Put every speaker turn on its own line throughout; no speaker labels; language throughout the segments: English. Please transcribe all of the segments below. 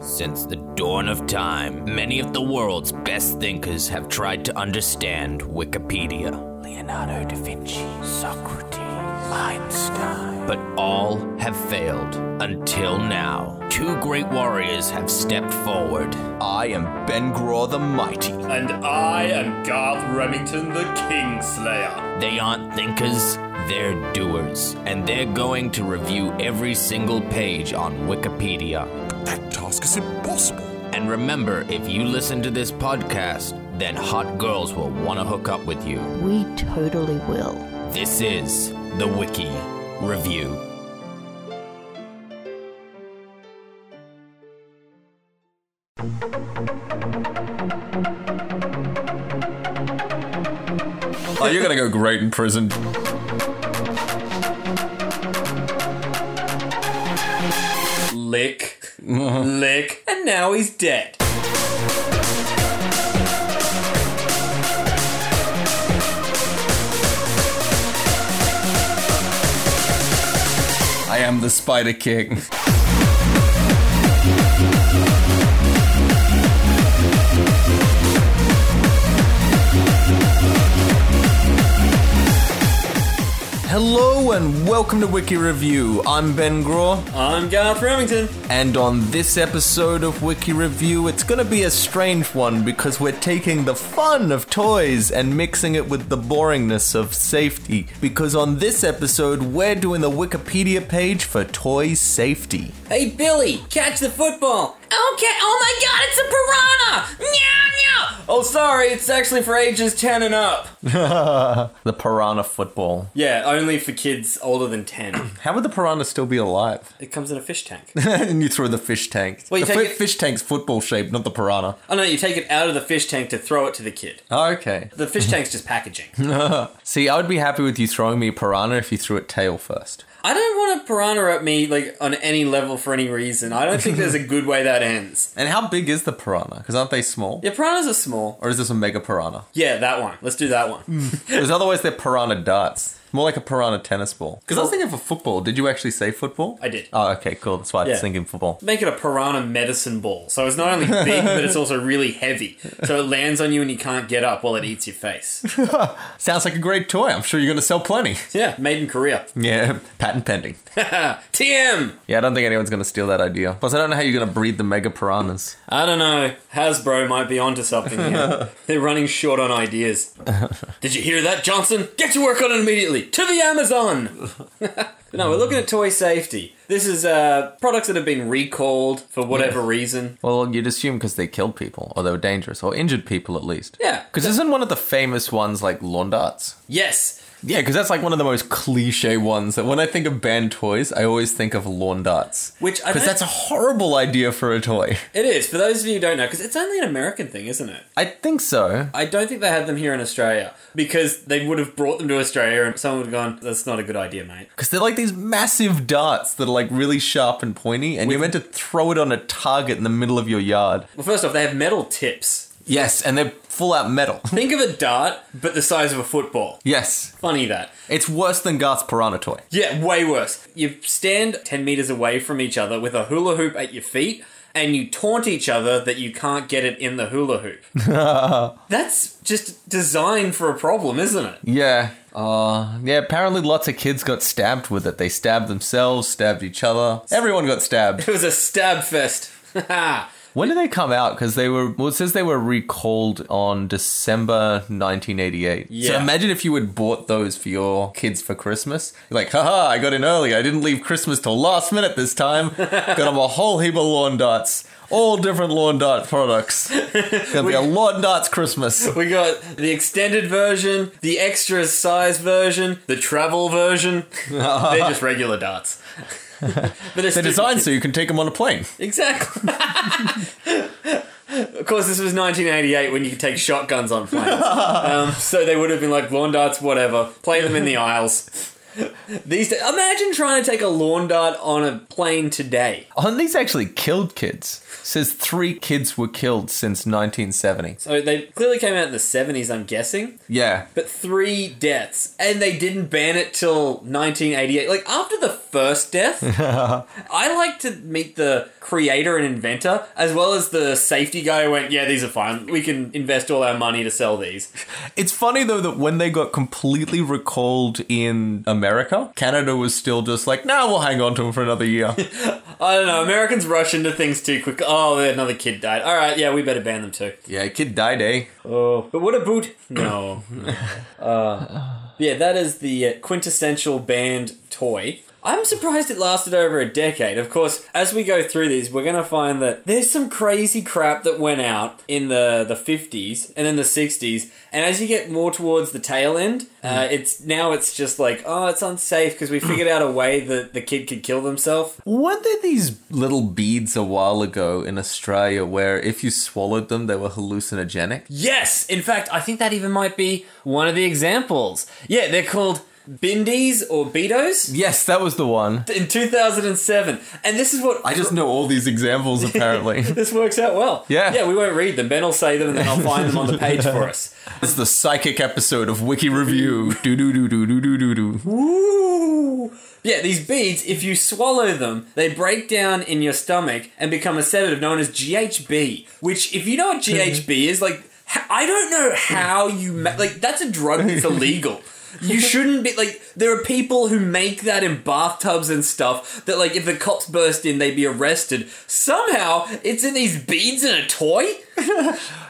Since the dawn of time, many of the world's best thinkers have tried to understand Wikipedia. Leonardo da Vinci, Socrates, Einstein. But all have failed until now. Two great warriors have stepped forward. I am Ben Graw the Mighty.
And I am Garth Remington the Kingslayer.
They aren't thinkers, they're doers. And they're going to review every single page on Wikipedia.
That task is impossible.
And remember, if you listen to this podcast, then hot girls will want to hook up with you.
We totally will.
This is the Wiki Review.
Oh, you're gonna go great in prison.
Lick, lick, and now he's dead.
I am the Spider King. Hello and welcome to Wiki Review. I'm Ben Graw,
I'm Garth Remington.
and on this episode of Wiki Review, it's gonna be a strange one because we're taking the fun of toys and mixing it with the boringness of safety. Because on this episode, we're doing the Wikipedia page for toy safety.
Hey Billy, catch the football. Okay, oh my god, it's a piranha! Meow, meow! Oh, sorry, it's actually for ages 10 and up.
the piranha football.
Yeah, only for kids older than 10.
How would the piranha still be alive?
it comes in a fish tank.
and you throw the fish tank.
Well, you
the
take
fi-
it-
fish tank's football shape, not the piranha.
Oh no, you take it out of the fish tank to throw it to the kid.
Okay.
The fish tank's just packaging.
See, I would be happy with you throwing me a piranha if you threw it tail first.
I don't want a piranha at me like on any level for any reason. I don't think there's a good way that ends.
And how big is the piranha? Because aren't they small?
Yeah, piranhas are small.
Or is this a mega piranha?
Yeah, that one. Let's do that one.
Because otherwise they're piranha darts. More like a piranha tennis ball. Because I was thinking for football. Did you actually say football?
I did.
Oh, okay, cool. That's why I was
Yeah.
thinking football.
Make it a piranha medicine ball. So it's not only big, but it's also really heavy. So it lands on you and you can't get up while it eats your face.
Sounds like a great toy. I'm sure you're going to sell plenty.
Yeah, made in Korea.
yeah, patent pending.
TM!
Yeah, I don't think anyone's going to steal that idea. Plus, I don't know how you're going to breed the mega piranhas.
I don't know. Hasbro might be onto something here. They're running short on ideas. Did you hear that, Johnson? Get to work on it immediately. To the Amazon. no, we're looking at toy safety. This is uh, products that have been recalled for whatever reason.
Well, you'd assume because they killed people, or they were dangerous, or injured people at least.
Yeah.
Because isn't one of the famous ones like lawn darts?
Yes.
Yeah, because that's like one of the most cliche ones that when I think of banned toys, I always think of lawn darts.
Which I
Because
don't-
that's a horrible idea for a toy.
It is. For those of you who don't know, because it's only an American thing, isn't it?
I think so.
I don't think they had them here in Australia because they would have brought them to Australia and someone would have gone, that's not a good idea, mate.
Because they're like these massive darts that are like really sharp and pointy, and you're meant to throw it on a target in the middle of your yard.
Well, first off, they have metal tips.
Yes, and they're full out metal.
Think of a dart, but the size of a football.
yes.
Funny that.
It's worse than Garth's piranha toy.
Yeah, way worse. You stand 10 meters away from each other with a hula hoop at your feet and you taunt each other that you can't get it in the hula hoop. That's just designed for a problem, isn't it?
Yeah. Uh, yeah, apparently lots of kids got stabbed with it. They stabbed themselves, stabbed each other. Everyone got stabbed.
It was a stab fest.
When did they come out? Because they were, well, it says they were recalled on December 1988. So
Yeah.
imagine if you had bought those for your kids for Christmas. You're like, haha, I got in early. I didn't leave Christmas till last minute this time. got them a whole heap of lawn darts. All different lawn dart products. Gonna be a lawn darts Christmas.
we got the extended version, the extra size version, the travel version. They're just regular darts. but it's
They're designed so you can take them on a plane.
Exactly. of course, this was 1988 when you could take shotguns on planes. um, so they would have been like lawn darts, whatever. Play them in the aisles. These days, imagine trying to take a lawn dart on a plane today.
Oh, these actually killed kids. It says three kids were killed since 1970.
So they clearly came out in the 70s, I'm guessing,
Yeah.
but three deaths, and they didn't ban it till 1988. Like, after the first death, I like to meet the creator and inventor, as well as the safety guy who went, Yeah, these are fine. We can invest all our money to sell these.
It's funny though that when they got completely recalled in America, Canada was still just like, nah, we'll hang on to them for another year.
I don't know, Americans rush into things too quick. Oh, another kid died. All right, yeah, we better ban them too.
yeah, kid died, eh?
Oh, but what a boot! No. no. Uh, yeah, that is the uh, quintessential band toy. I'm surprised it lasted over a decade. Of course, as we go through these, we're going to find that there's some crazy crap that went out in the, the 50s and then the 60s. And as you get more towards the tail end, uh, it's now it's just like, oh, it's unsafe because we figured out a way that the kid could kill themselves.
Weren't there these little beads a while ago in Australia where if you swallowed them, they were hallucinogenic?
Yes, in fact, I think that even might be one of the examples. Yeah, they're called bindies or beatos
Yes, that was the one.
in 2007, and this is what
I just know all these examples apparently.
This works out well.
Yeah.
yeah, we won't read them. Ben will say them, and then I'll find them on the page for us.
it's the psychic episode of Wiki Review. do do do do do do do do.
Ooh. Yeah, these beads, if you swallow them, they break down in your stomach and become a sedative known as GHB. Which, if you know what GHB is, like, h- I don't know how you, ma- like, that's a drug that's illegal. You shouldn't be, like, there are people who make that in bathtubs and stuff that, like, if the cops burst in, they'd be arrested. Somehow, it's in these beads in a toy?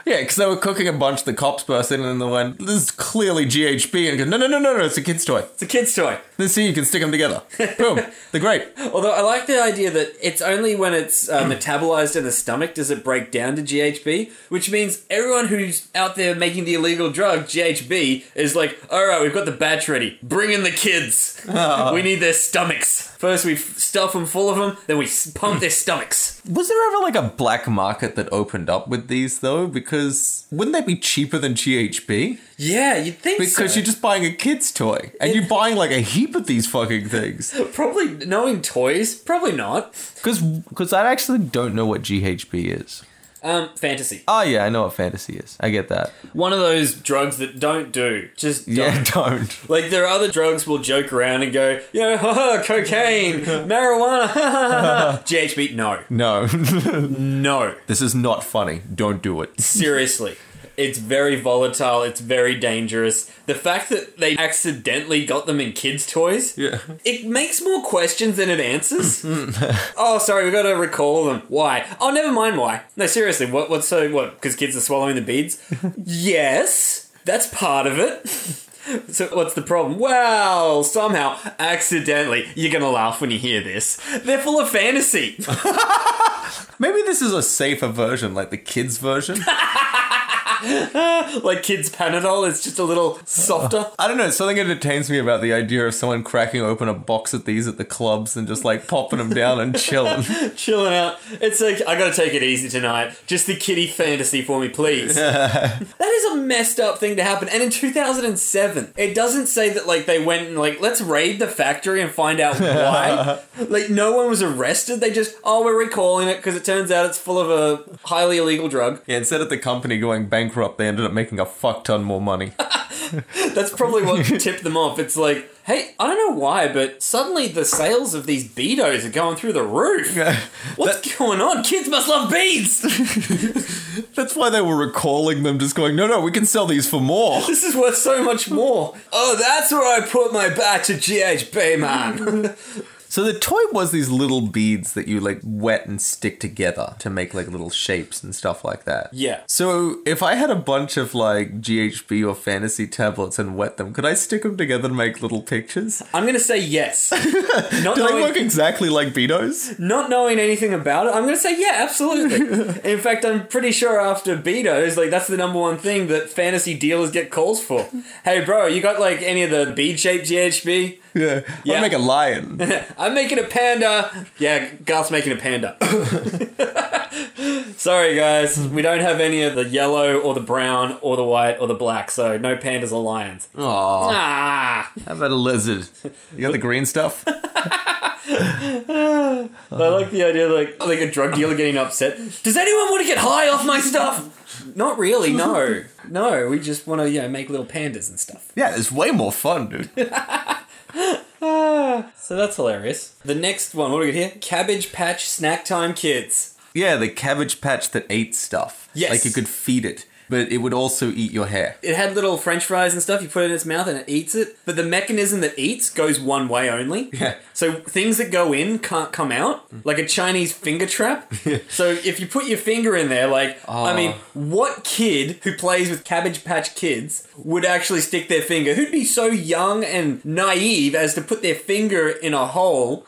Yeah, because they were cooking a bunch. The cops burst in and they went, "This is clearly GHB." And go, "No, no, no, no, no! It's a kid's toy.
It's a kid's toy.
Let's see, you can stick them together. Boom! They're great."
Although I like the idea that it's only when it's uh, metabolized in the stomach does it break down to GHB, which means everyone who's out there making the illegal drug GHB is like, all right, we've got the batch ready. Bring in the kids. we need their stomachs. First we f- stuff them full of them, then we s- pump their stomachs.
Was there ever like a black market that opened up with these though? Because wouldn't they be cheaper than GHB?
Yeah, you'd think
Because
so.
you're just buying a kid's toy and you're buying like a heap of these fucking things.
probably knowing toys, probably not.
Because because I actually don't know what GHB is.
Um, fantasy.
Oh yeah, I know what fantasy is. I get that.
One of those drugs that don't do. Just don't.
Yeah, don't.
Like there are other drugs we'll joke around and go, you know, haha, cocaine, marijuana, ha, ha, ha, ha. GHB, no,
No,
no,
this is not funny. Don't do it.
seriously. It's very volatile. It's very dangerous. The fact that they accidentally got them in kids' toys,
Yeah.
it makes more questions than it answers. oh, sorry, we got to recall them. Why? Oh, never mind. Why? No, seriously. What? What's so? What? Because kids are swallowing the beads. yes, that's part of it. So what's the problem? Well, somehow, accidentally, you're gonna laugh when you hear this. They're full of fantasy.
Maybe this is a safer version, like the kids version.
like kids' Panadol is just a little softer.
I don't know. Something entertains me about the idea of someone cracking open a box of these at the clubs and just like popping them down and chilling.
chilling out. It's like I gotta take it easy tonight. Just the kitty fantasy for me, please. that is a messed up thing to happen. And in 2007, it doesn't say that like they went and like let's raid the factory and find out why. like no one was arrested. They just oh we're recalling it because it turns out it's full of a highly illegal drug.
Yeah, instead of the company going bankrupt, they ended up making a fuck ton more money.
That's probably what tipped them off. It's like. Hey, I don't know why, but suddenly the sales of these beatos are going through the roof. What's going on? Kids must love beads!
That's why they were recalling them, just going, no, no, we can sell these for more.
This is worth so much more. Oh, that's where I put my batch of GHB, man.
So the toy was these little beads that you like wet and stick together to make like little shapes and stuff like that.
Yeah.
So if I had a bunch of like GHB or fantasy tablets and wet them, could I stick them together to make little pictures?
I'm gonna say yes. Not
Do they
knowing,
look exactly like Beatos?
not knowing anything about it, I'm gonna say yeah, absolutely. In fact, I'm pretty sure after Beatos, like that's the number one thing that fantasy dealers get calls for. Hey, bro, you got like any of the bead shaped GHB?
Yeah.
Yeah.
I'll make a lion.
I'm making a panda. Yeah, Garth's making a panda. Sorry, guys, we don't have any of the yellow or the brown or the white or the black, so no pandas or lions.
Aw,
Ah!
how about a lizard? You got the green stuff?
I like the idea, like like a drug dealer getting upset. Does anyone want to get high off my stuff? Not really. No, no. We just want to, you know, make little pandas and stuff.
Yeah, it's way more fun, dude.
So that's hilarious. The next one, what do we get here? Cabbage Patch Snack Time Kids.
Yeah, the cabbage patch that ate stuff.
Yes.
Like you could feed it, but it would also eat your hair.
It had little French fries and stuff. You put it in its mouth and it eats it. But the mechanism that eats goes one way only.
Yeah. Mm.
So things that go in can't come out, like a Chinese finger trap. so if you put your finger in there, like, I mean,
Oh.
what kid who plays with Cabbage Patch Kids would actually stick their finger? Who'd be so young and naive as to put their finger in a hole?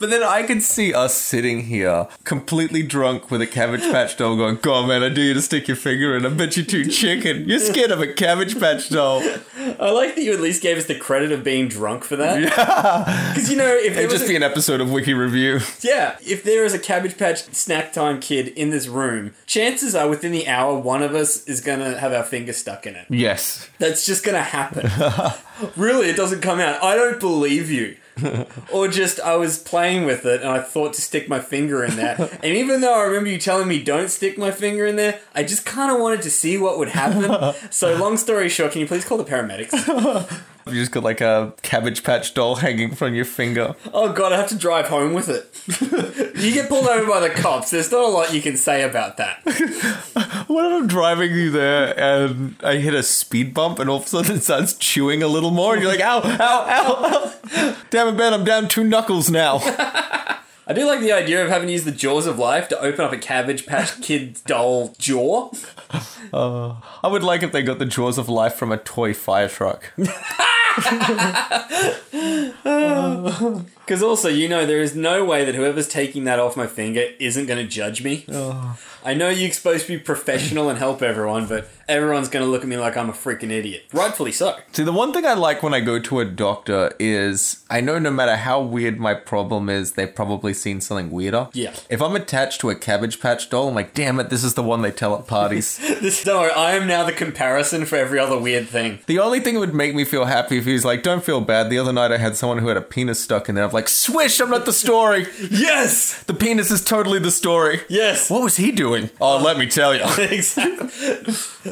But then I could see us sitting here completely drunk with a cabbage patch doll going, God, man, I dare you to stick your finger in. I bet you're too chicken. You're scared of a cabbage patch doll.
I like that you at least gave us the credit of being drunk for that. Because, you know, if there
It'd
was
just
a-
be an episode of Wiki Review.
Yeah, if there is a Cabbage Patch snack time kid in this room, chances are within the hour, one of us is going to have our finger stuck in it.
Yes.
That's just going to happen. really, it doesn't come out. I don't believe you. or just, I was playing with it and I thought to stick my finger in there. and even though I remember you telling me don't stick my finger in there, I just kind of wanted to see what would happen. so, long story short, can you please call the paramedics?
You just got like a cabbage patch doll hanging from your finger.
oh, God, I have to drive home with it. you get pulled over by the cops. There's not a lot you can say about that.
What if I'm driving you there and I hit a speed bump and all of a sudden it starts chewing a little more and you're like, ow, ow, ow, ow. Damn it, man, I'm down two knuckles now.
I do like the idea of having to use the jaws of life to open up a Cabbage Patch Kid doll jaw.
I would like if they got the jaws of life from a toy fire truck.
Because also, you know, there is no way that whoever's taking that off my finger isn't going to judge me. I know you're supposed to be professional and help everyone, but everyone's going to look at me like I'm a freaking idiot. Rightfully so.
See, the one thing I like when I go to a doctor is I know no matter how weird my problem is, they've probably seen something weirder.
Yeah.
If I'm attached to a Cabbage Patch doll, I'm like, damn it, this is the one they tell at parties.
This, don't worry, I am now the comparison for every other weird thing.
the only thing that would make me feel happy if he's like, don't feel bad. The other night I had someone who had a penis stuck in there. I'm like, swish, I'm not the story.
Yes!
The penis is totally the story.
Yes!
What was he doing? Oh, let me tell you.
exactly.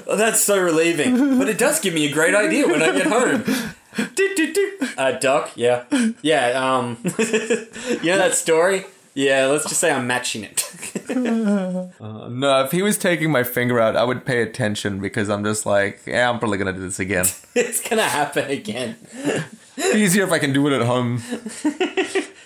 Oh, that's so relieving. But it does give me a great idea when I get home. Do, do, do. Uh, Doc, yeah. Yeah, um. you know that story? Yeah, let's just say I'm matching it.
No, if he was taking my finger out, I would pay attention because I'm just like, yeah, I'm probably gonna do this again.
it's gonna happen again.
Easier if I can do it at home.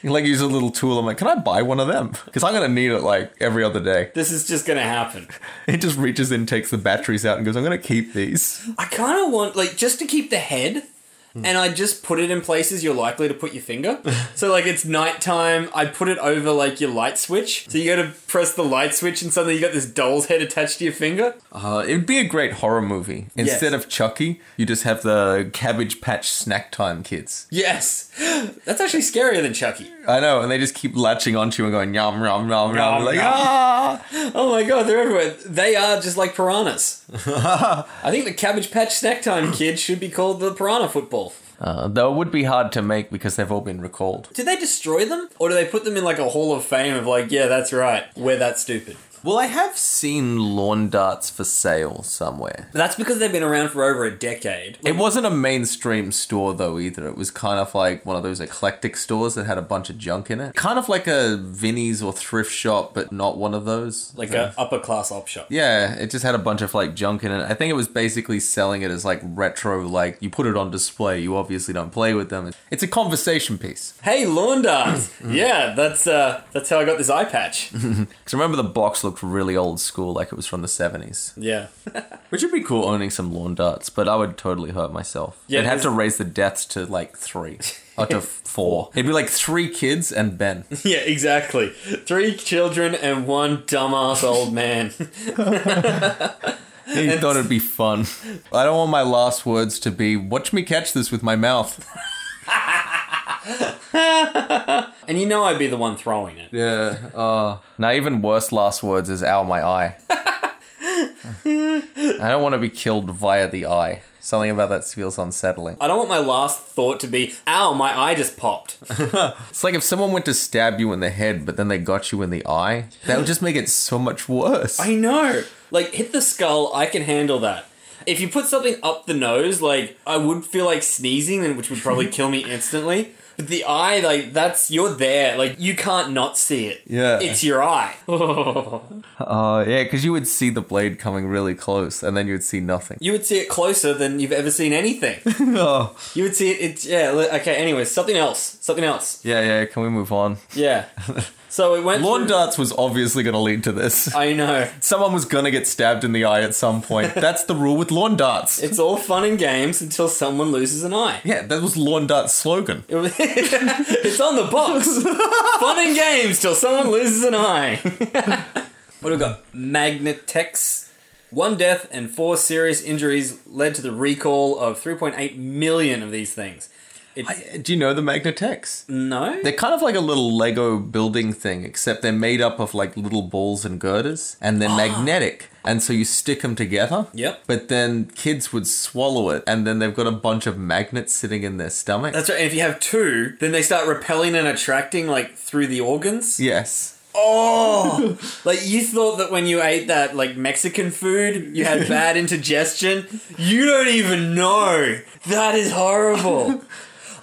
like use a little tool. I'm like, can I buy one of them? Because I'm gonna need it like every other day.
This is just gonna happen.
He just reaches in, takes the batteries out, and goes, I'm gonna keep these.
I kind of want, like, just to keep the head. And I just put it in places you're likely to put your finger. So, like, it's nighttime. I put it over, like, your light switch. So, you gotta press the light switch, and suddenly you got this doll's head attached to your finger.
Uh, it'd be a great horror movie. Instead of Chucky, you just have the Cabbage Patch Snack Time kids.
Yes. That's actually scarier than Chucky.
I know, and they just keep latching onto you and going, yum, yum, yum, yum.
Yum,
Like,
yum.
ah!
Oh my god, they're everywhere. They are just like piranhas. I think the Cabbage Patch Snack Time Kid should be called the Piranha Football.
Uh, though it would be hard to make because they've all been recalled.
Do they destroy them? Or do they put them in like a Hall of Fame of like, yeah, that's right, we're that stupid?
Well, I have seen lawn darts for sale somewhere.
But that's because they've been around for over a decade.
It wasn't a mainstream store though either. It was kind of like one of those eclectic stores that had a bunch of junk in it. Kind of like a Vinnie's or thrift shop, but not one of those.
Like a upper class op shop.
Yeah, it just had a bunch of like junk in it. I think it was basically selling it as like retro, like you put it on display, you obviously don't play with them. It's a conversation piece.
Hey, lawn darts.
Mm.
yeah, that's uh, that's how I got this eye patch.
Because remember the box looked really old school, like it was from the 70s.
yeah,
Which would be cool owning some lawn darts, but I would totally hurt myself.
Yeah,
I'd have
there's-
to raise the deaths to like three. Or to four. It'd be like three kids and Ben.
yeah, exactly. Three children and one dumbass old man.
He thought it'd be fun. I don't want my last words to be, watch me catch this with my mouth.
And you know I'd be the one throwing it.
Yeah.
uh,
Oh. Now, even worse last words is ow, my eye. I don't want to be killed via the eye. Something about that feels unsettling.
I don't want my last thought to be, ow, my eye just popped.
It's like if someone went to stab you in the head, but then they got you in the eye, that would just make it so much worse.
I know. Like, hit the skull, I can handle that. If you put something up the nose, like, I would feel like sneezing, and which would probably kill me instantly. But the eye, like, that's, you're there. Like, you can't not see it.
Yeah.
It's your eye.
Oh, yeah, because you would see the blade coming really close, and then you would see nothing.
you would see it closer than you've ever seen anything.
oh.
You would see it, it's, yeah, li- okay, anyways, something else. Something else.
Yeah, yeah, can we move on?
Yeah. So it went.
Lawn
through-
darts was obviously going to lead to this.
I know.
Someone was going to get stabbed in the eye at some point. That's the rule with lawn darts.
It's all fun and games until someone loses an eye.
Yeah, that was lawn darts slogan.
It was- it's on the box. Fun and games till someone loses an eye. what have we got? Magnetex. One death and four serious injuries led to the recall of 3.8 million of these things. It's,
Do you know the Magnatex?
no?
They're kind of like a little Lego building thing, except they're made up of like little balls and girders, and they're magnetic. And so you stick them together.
Ah. Yep.
But then kids would swallow it, and then they've got a bunch of magnets sitting in their stomach.
That's right. And if you have two, then they start repelling and attracting like through the organs.
yes.
Oh, like you thought that when you ate that like Mexican food, you had bad indigestion. You don't even know. That is horrible.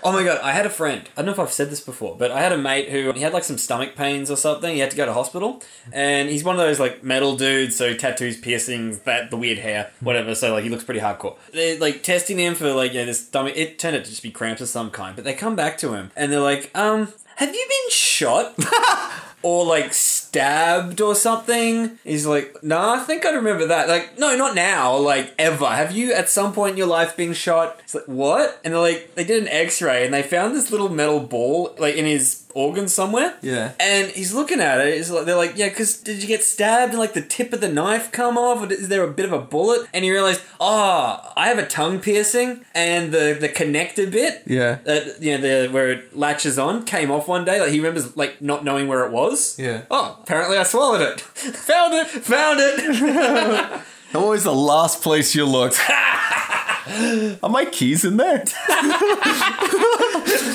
Oh my god, I had a friend. I don't know if I've said this before, but I had a mate who he had like some stomach pains or something. He had to go to hospital, and he's one of those like metal dudes, so tattoos, piercings, that the weird hair, whatever. So like he looks pretty hardcore. They're like testing him for like yeah, this stomach. It turned out to just be cramps of some kind. But they come back to him and they're like, um, have you been shot? or like stabbed or something. He's like, nah, I think I remember that. Like, no, not now, like ever. Have you at some point in your life been shot? It's like, what? And they're like, they did an x ray and they found this little metal ball like in his organ somewhere.
Yeah.
And he's looking at it. He's like, they're like, yeah, because did you get stabbed and like the tip of the knife come off? Or is there a bit of a bullet? And he realized, ah, I have a tongue piercing and the, the connector bit
Yeah.
that uh, you know the where it latches on came off one day. Like he remembers like not knowing where it was.
Yeah.
Oh, apparently I swallowed it. found it. Found it.
Always the last place you look. Are my keys in there?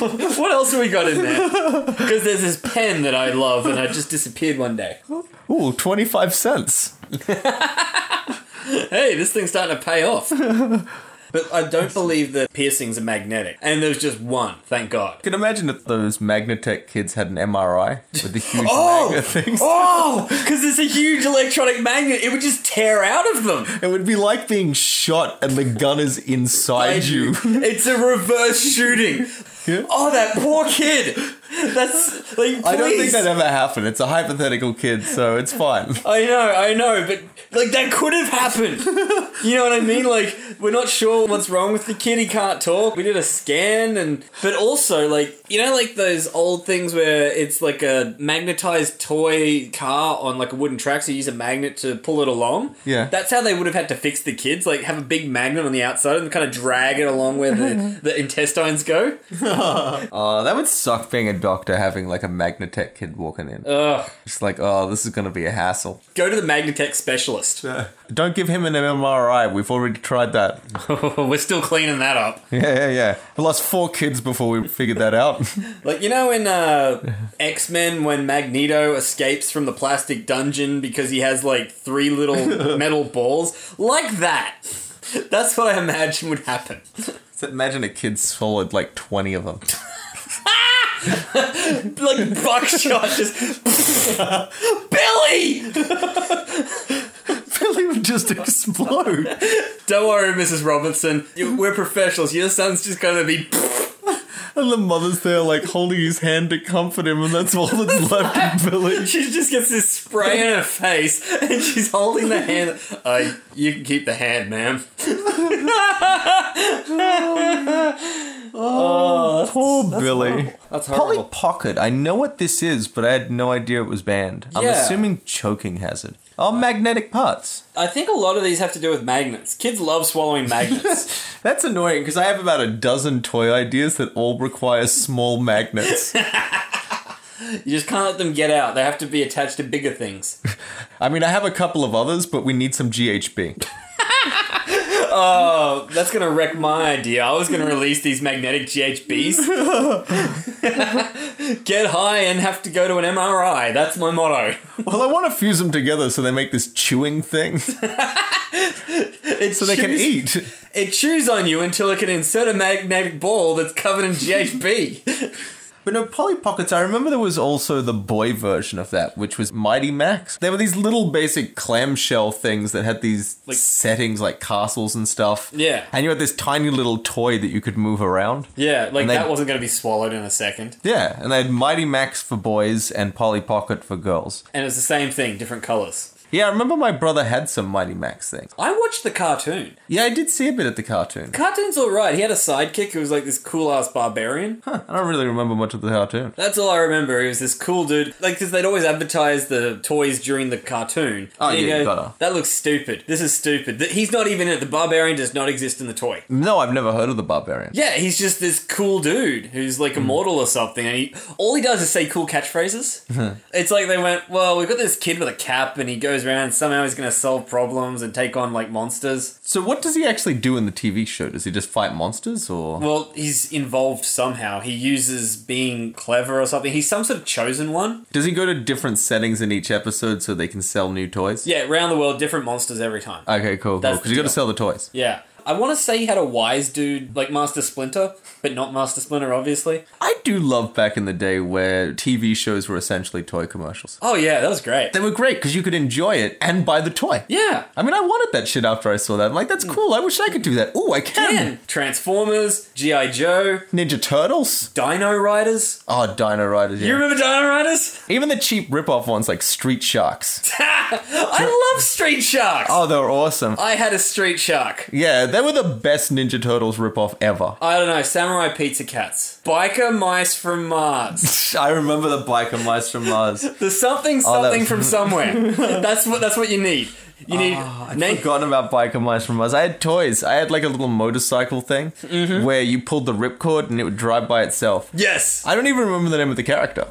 what else have we got in there? Because there's this pen that I love and I just disappeared one day.
Ooh, 25 cents.
Hey, this thing's starting to pay off. But I don't believe that piercings are magnetic. And there's just one, thank God.
You can imagine if those Magnatech kids had an MRI with the huge
Oh!
magnet things.
Oh, because it's a huge electronic magnet. It would just tear out of them.
It would be like being shot and the gun is inside you.
It's a reverse shooting.
Yeah.
Oh, that poor kid. That's like please.
I don't think that ever happened. It's a hypothetical kid, so it's fine.
I know, I know, but like that could have happened. you know what I mean? Like we're not sure what's wrong with the kid. He can't talk. We did a scan, and but also like you know like those old things where it's like a magnetized toy car on like a wooden track, so you use a magnet to pull it along.
Yeah.
that's how they would have had to fix the kids. Like have a big magnet on the outside and kind of drag it along where the, the intestines go.
Uh, that would suck being a doctor having like a Magnatech kid walking in.
Ugh.
It's like, oh, this is going to be a hassle.
Go to the Magnatech specialist.
Don't give him an MRI. We've already tried that.
We're still cleaning that up.
Yeah, yeah, yeah. We lost four kids before we figured that out.
Like, you know, in uh, X Men, when Magneto escapes from the plastic dungeon because he has like three little metal balls? Like that. That's what I imagine would happen.
So imagine a kid swallowed like 20 of them.
Like buckshot, just. Billy!
Billy would just explode.
Don't worry, Mrs. Robinson. You- We're professionals. Your son's just gonna be.
And the mother's there, like holding his hand to comfort him, and that's all that's left of Billy.
She just gets this spray in her face, and she's holding the hand. Uh, you can keep the hand, ma'am.
Oh,
Oh.
Poor Billy.
That's
Polly
horrible.
Pocket. I know what this is, but I had no idea it was banned. I'm
Yeah.
assuming choking hazard. Oh, magnetic parts.
I think a lot of these have to do with magnets. Kids love swallowing magnets.
That's annoying because I have about a dozen toy ideas that all require small magnets.
you just can't let them get out. They have to be attached to bigger things.
I mean, I have a couple of others, but we need some GHB.
Oh, That's gonna wreck my idea. I was gonna release these magnetic GHBs. get high and have to go to an MRI. That's my motto.
Well, I want to fuse them together so they make this chewing thing so
It
they can
chews-
eat.
It chews on you until it can insert a magnetic ball that's covered in GHB.
But no, Polly Pockets, I remember there was also the boy version of that, which was Mighty Max. There were these little basic clamshell things that had these
Like-
settings like castles and stuff.
Yeah.
And you had this tiny little toy that you could move around.
yeah, like
And they-
that wasn't gonna be swallowed in a second.
Yeah, and they had Mighty Max for boys and Polly Pocket for girls.
And it's the same thing, different colors.
Yeah, I remember my brother had some Mighty Max things.
I watched the cartoon.
Yeah, I did see a bit at the cartoon.
Cartoon's alright. He had a sidekick who was like this cool ass barbarian.
Huh, I don't really remember much of the cartoon.
That's all I remember. He was this cool dude. Like, because they'd always advertise the toys during the cartoon.
Oh,
And you
yeah,
go,
gotta.
That looks stupid. This is stupid. Th- He's not even in it. The barbarian does not exist in the toy.
No, I've never heard of the Barbarian.
Yeah, he's just this cool dude who's like immortal or something, and he all he does is say cool catchphrases. it's like they went, well, we've got this kid with a cap, and he goes around. And somehow he's going to solve problems and take on like monsters.
So, what does he actually do in the TV show? Does he just fight monsters or.
Well, he's involved somehow. He uses being clever or something. He's some sort of chosen one.
Does he go to different settings in each episode so they can sell new toys?
Yeah, around the world, different monsters every time.
Okay, cool, cool.
That's the
Because you got to
deal.
sell the toys.
yeah. I want to say he had a wise dude like Master Splinter, but not Master Splinter, obviously.
I do love back in the day where TV shows were essentially toy commercials.
Oh, yeah, that was great.
They were great because you could enjoy it and buy the toy.
Yeah.
I mean, I wanted that shit after I saw that. I'm like, that's cool. I wish I could do that. Ooh, I can.
Man, Transformers, G.I. Joe,
Ninja Turtles.
Dino Riders.
Oh, Dino Riders. Yeah.
You remember Dino Riders?
Even the cheap rip-off ones like Street Sharks.
I love Street Sharks.
oh, they were awesome.
I had a Street Shark.
Yeah, they were the best Ninja Turtles rip-off ever.
I don't know, Samurai Pizza Cats. Biker Mice from Mars.
I remember the biker mice from Mars.
The something
Oh, that
something
was-
from somewhere. that's what that's what you need. You need
I'd
name-
forgotten about biker mice from Mars. I had toys. I had like a little motorcycle thing where you pulled the ripcord and it would drive by itself.
Yes.
I don't even remember the name of the character.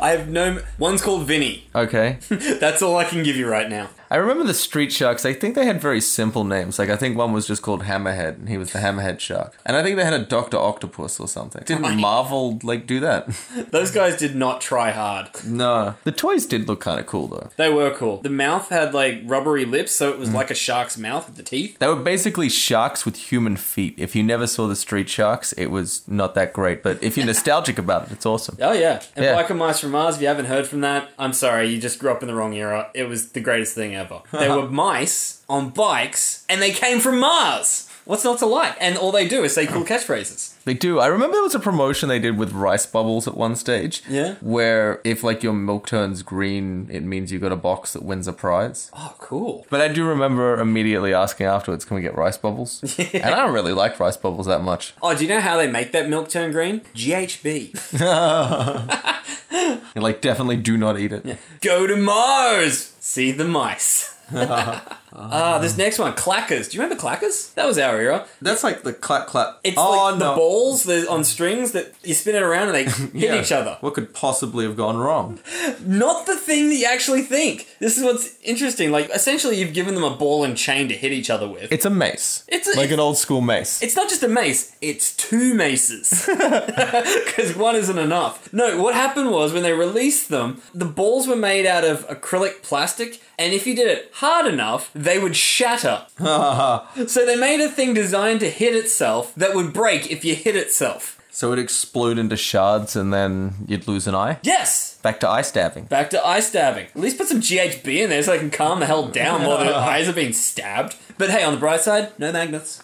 I have no one's called Vinny.
Okay.
That's all I can give you right now.
I remember the street sharks. I think they had very simple names. Like I think one was just called Hammerhead and he was the Hammerhead shark. And I think they had a Doctor Octopus or something. Didn't Marvel like do that?
Those guys did not try hard.
no. The toys did look kind of cool though.
They were cool. The mouth had like rubbery lips, so it
Mm.
was like a shark's mouth with the teeth.
They were basically sharks with human feet. If you never saw the street sharks, it was not that great. But if you're nostalgic about it, it's awesome.
Oh yeah, and
Yeah.
Biker Mice from Mars. If you haven't heard from that, I'm sorry, you just grew up in the wrong era. It was the greatest thing ever. they were mice on bikes, and they came from Mars. What's not to like? And all they do is say cool catchphrases.
They do. I remember there was a promotion they did with rice bubbles at one stage.
Yeah.
Where if like your milk turns green, it means you got a box that wins a prize.
Oh, cool.
But I do remember immediately asking afterwards, "Can we get rice bubbles?" And I don't really like rice bubbles that much.
Oh, do you know how they make that milk turn green? GHB.
And, like, definitely do not eat it.
Go to Mars. See the mice. Ah, this next one, clackers. Do you remember clackers? That was our era.
That's like the clap clap. Oh,
It's like the balls that on strings that you spin it around and they hit each other.
What could possibly have gone wrong?
Not the thing that you actually think. This is what's interesting. Like essentially, you've given them a ball and chain to hit each other with.
It's a mace.
It's a-
like an old school mace.
It's not just a mace, it's two maces. Because one isn't enough. No, what happened was when they released them, the balls were made out of acrylic plastic, and if you did it hard enough, they would shatter. so they made a thing designed to hit itself that would break if you hit itself.
so it explode into shards, and then you'd lose an eye.
Yes!
Back to eye stabbing.
Back to eye stabbing. At least put some GHB in there so they can calm the hell down while their eyes are being stabbed. But hey, on the bright side, no magnets.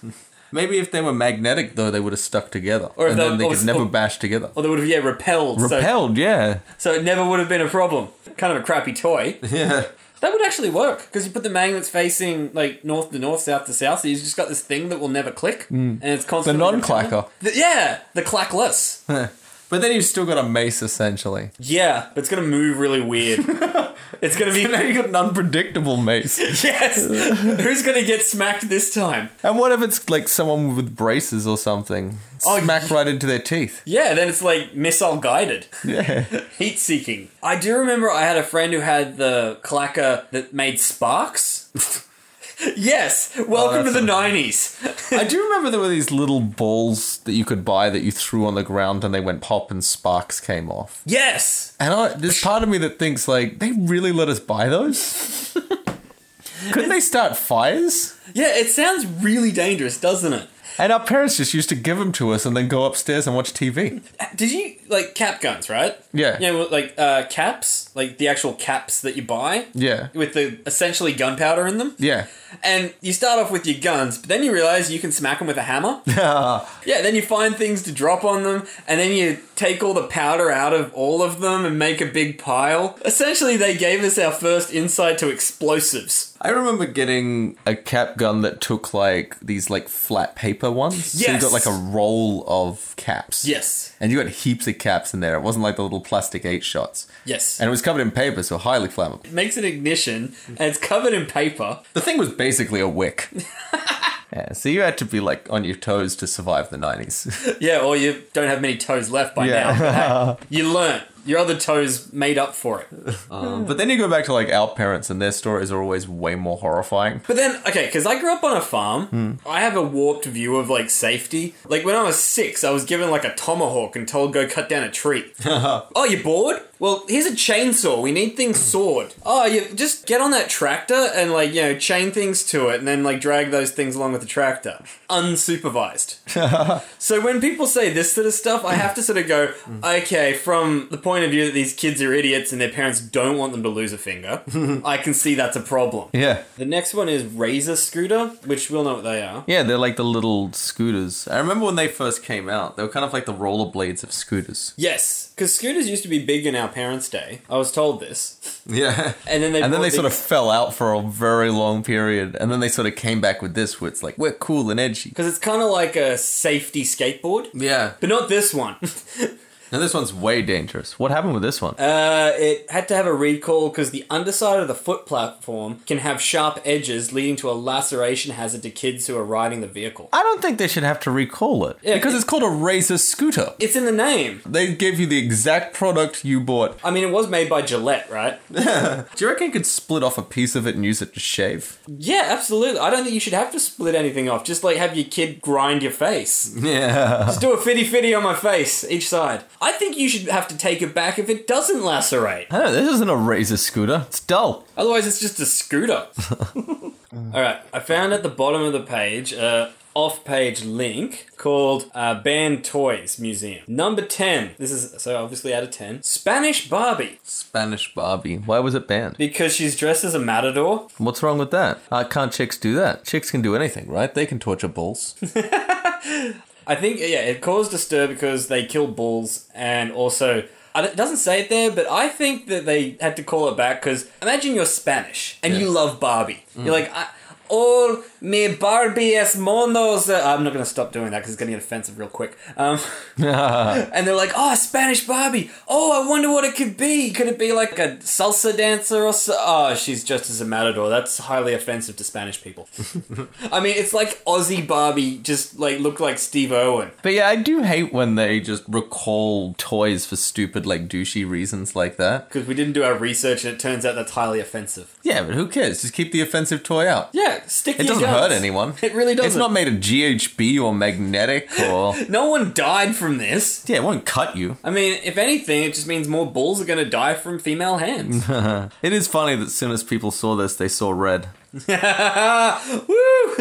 Maybe if they were magnetic, though, they would have stuck together.
Or if
and
they-
then they
or-
could never
or-
bash together.
Or they would have, yeah, repelled. so-
Repelled, yeah.
So, it never would have been a problem. Kind of a crappy toy.
Yeah.
That would actually work because you put the magnets facing like north to north, south to south. So you've just got this thing that will never click, and it's
The
constantly
non-clacker.
The- yeah, the clackless.
But then you've still got a mace essentially.
Yeah, but it's gonna move really weird. it's gonna be
now you've got an unpredictable mace.
yes. Who's gonna get smacked this time?
And what if it's like someone with braces or something?
Oh,
Smack right into their teeth.
Yeah, then it's like missile guided,
Yeah.
heat seeking. I do remember I had a friend who had the clacker that made sparks. yes, welcome to
that's
the
a-
nineties.
I do remember there were these little balls that you could buy that you threw on the ground and they went pop and sparks came off.
yes,
And I, there's part of me that thinks like they really let us buy those. Couldn't they start fires?
yeah, it sounds really dangerous, doesn't it?
And our parents just used to give them to us and then go upstairs and watch TV.
Did you like cap guns, right?
Yeah.
Yeah, well, like uh, caps, like the actual caps that you buy.
Yeah.
With the essentially gunpowder in them.
Yeah.
And you start off with your guns, but then you realize you can smack them with a hammer. yeah, then you find things to drop on them, and then you take all the powder out of all of them and make a big pile. Essentially, they gave us our first insight to explosives.
I remember getting a cap gun that took like these like flat paper ones. So you
Yes.
got like a roll of caps.
Yes.
And you got heaps of caps in there. It wasn't like the little plastic eight shots.
Yes.
And it was covered in paper, so highly flammable.
it makes an ignition, and it's covered in paper.
The thing was basically a wick. yeah, so you had to be like on your toes to survive the 90s.
Yeah, or you don't have many toes left by
Yeah.
now. But hey, you learn. Your other toes made up for it.
but then you go back to like our parents, and their stories are always way more horrifying.
But then, okay, because I grew up on a farm, I have a warped view of like safety. Like when I was six, I was given like a tomahawk and told go cut down a tree. oh, you bored? Well, here's a chainsaw. We need things sawed. Oh, you just get on that tractor and like you know chain things to it, and then like drag those things along with the tractor, unsupervised. So when people say this sort of stuff, I have to sort of go, okay, from the point of view that these kids are idiots and their parents don't want them to lose a finger, I can see that's a problem.
Yeah.
The next one is Razor Scooter, which we'll know what they are.
Yeah, they're like the little scooters. I remember when they first came out, they were kind of like the rollerblades of scooters.
Yes, because scooters used to be big in our parents' day. I was told this,
Yeah.
and then they
And then
brought
they
the-
sort of fell out for a very long period, and then they sort of came back with this, where it's like we're cool and edgy.
because it's kind of like a safety skateboard,
Yeah.
but not this one.
Now this one's way dangerous. What happened with this one?
uh, it had to have a recall because the underside of the foot platform can have sharp edges, leading to a laceration hazard to kids who are riding the vehicle.
I don't think they should have to recall it
Yeah,
because
it-
it's called a Razor scooter.
It's in the name.
They gave you the exact product you bought.
I mean, it was made by Gillette, right?
Do you reckon you could split off a piece of it and use it to shave?
yeah, absolutely. I don't think you should have to split anything off. Just like have your kid grind your face.
Yeah.
Just do a fitty fitty on my face, each side. I think you should have to take it back if it doesn't lacerate.
I don't know, this isn't a razor scooter. It's dull.
Otherwise, it's just a scooter. Alright, I found at the bottom of the page a off page link called uh, Band Toys Museum. Number 10. This is, so obviously out of 10. Spanish Barbie.
Spanish Barbie. Why was it banned?
Because she's dressed as a matador.
What's wrong with that? Uh, can't chicks do that? Chicks can do anything, right? They can torture bulls.
I think, yeah, it caused a stir because they kill bulls and also. I don't- It doesn't say it there, but I think that they had to call it back because imagine you're Spanish and you
Yeah.
love Barbie. You're like, I, all me Barbie es monos. are-" I'm not going to stop doing that because it's going to get offensive real quick. Um, and they're like, oh, Spanish Barbie. Oh, I wonder what it could be. Could it be like a salsa dancer or so? Oh, she's just as a matador. That's highly offensive to Spanish people. I mean, it's like Aussie Barbie just like looked like Steve Irwin.
But yeah, I do hate when they just recall toys for stupid, like douchey reasons like that.
because we didn't do our research and it turns out that's highly offensive.
Yeah, but who cares? Just keep the offensive toy out.
Yeah, stick.
It doesn't hurt anyone.
It really doesn't.
It's not made of GHB or magnetic or.
No one died from this.
yeah, it won't cut you.
I mean, if anything, it just means more bulls are going to die from female hands.
It is funny that as soon as people saw this, they saw red.
Woo!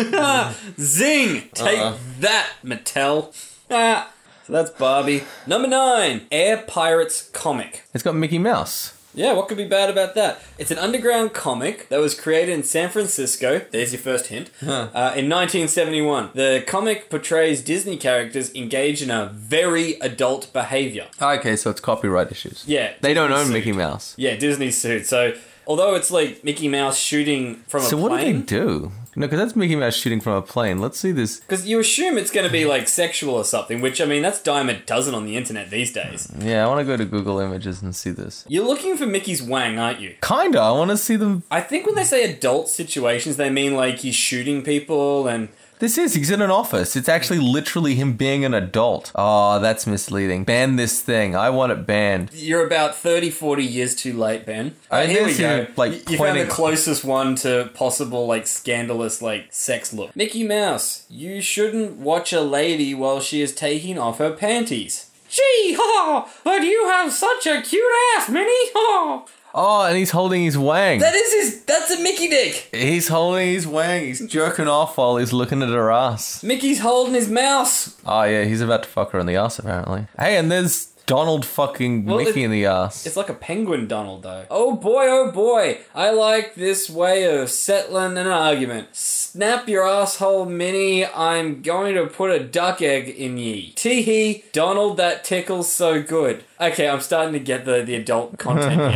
Zing! Take
Uh.
that, Mattel. Ah. So that's Barbie. Number nine, Air Pirates comic.
It's got Mickey Mouse.
Yeah, what could be bad about that? It's an underground comic that was created in San Francisco. There's your first hint. Uh, in 1971, the comic portrays Disney characters engaged in a very adult behavior.
Ah, Okay, so it's copyright issues.
Yeah,
They don't
Disney
own
sued.
Mickey Mouse.
Yeah, Disney sued. So Although it's like Mickey Mouse shooting from
So
a
what do they
plane.
do? No, because that's Mickey Mouse shooting from a plane. Let's see this.
Because you assume it's going to be like sexual or something, which I mean, that's dime a dozen on the internet these days.
Yeah, I want to go to Google Images and see this.
You're looking for Mickey's wang, aren't you?
Kinda. I want to see them.
I think when they say adult situations, they mean like he's shooting people and
This is. He's in an office. It's actually literally him being an adult. Oh, that's misleading. Ban this thing. I want it banned.
you're about 30, 40 years too late, Ben.
I
Uh, here we
guess
go.
you're, like,
You- you found
pointing-
the closest one to possible like scandalous like sex look. Mickey Mouse, you shouldn't watch a lady while she is taking off her panties. Gee, ha! But you have such a cute ass, Minnie. Ha!
Oh, and he's holding his wang.
That is his. That's a Mickey dick.
He's holding his wang. He's jerking off while he's looking at her ass.
Mickey's holding his mouse.
Oh yeah, he's about to fuck her in the ass apparently. Hey, and there's Donald fucking
Well,
Mickey
it-
in the ass.
It's like a penguin Donald, though. Oh boy, oh boy. I like this way of settling an argument. Snap your asshole, Minnie. I'm going to put a duck egg in ye. Tee hee, Donald, that tickles so good. Okay, I'm starting to get the, the adult content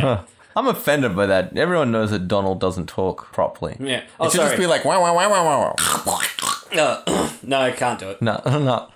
here.
I'm offended by that. Everyone knows that Donald doesn't talk properly.
Yeah. Oh,
it should
sorry.
just be like wow wow wow wow wow.
Uh, no, I can't do it.
No, no.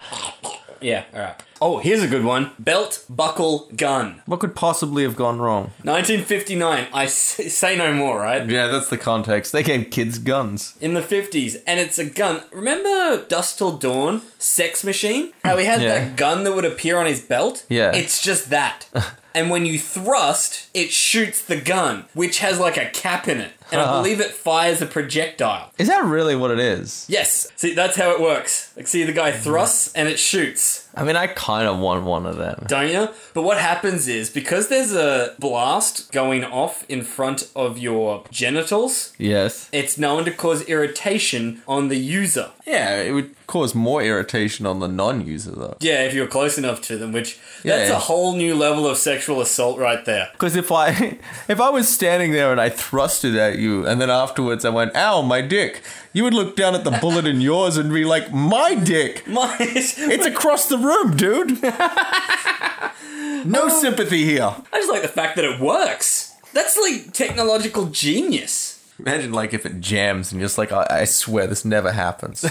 Yeah, alright. Oh, here's a good one Belt, buckle, gun.
What could possibly have gone wrong?
1959. I s- say no more, right?
Yeah, that's the context. They gave kids guns.
in the 50s and it's a gun remember dust till dawn sex machine how he had
Yeah.
that gun that would appear on his belt
Yeah.
it's just that and when you thrust it shoots the gun which has like a cap in it and
Uh-huh.
i believe it fires a projectile
Is that really what it is?
yes see that's how it works like see the guy thrusts and it shoots
I mean, I kind of want one of them.
don't you? But what happens is because there's a blast going off in front of your genitals,
Yes.
it's known to cause irritation on the user.
Yeah, it would cause more irritation on the non-user though.
Yeah, if you're close enough to them, which that's
Yeah.
a whole new level of sexual assault right there.
Because if I if I was standing there and I thrusted at you, and then afterwards I went, "Ow, my dick," you would look down at the bullet in yours and be like, "My dick!
My,
It's across the room, dude." no sympathy here.
I just like the fact that it works. That's like technological genius.
Imagine like if it jams and you're just like, "I, I swear this never happens."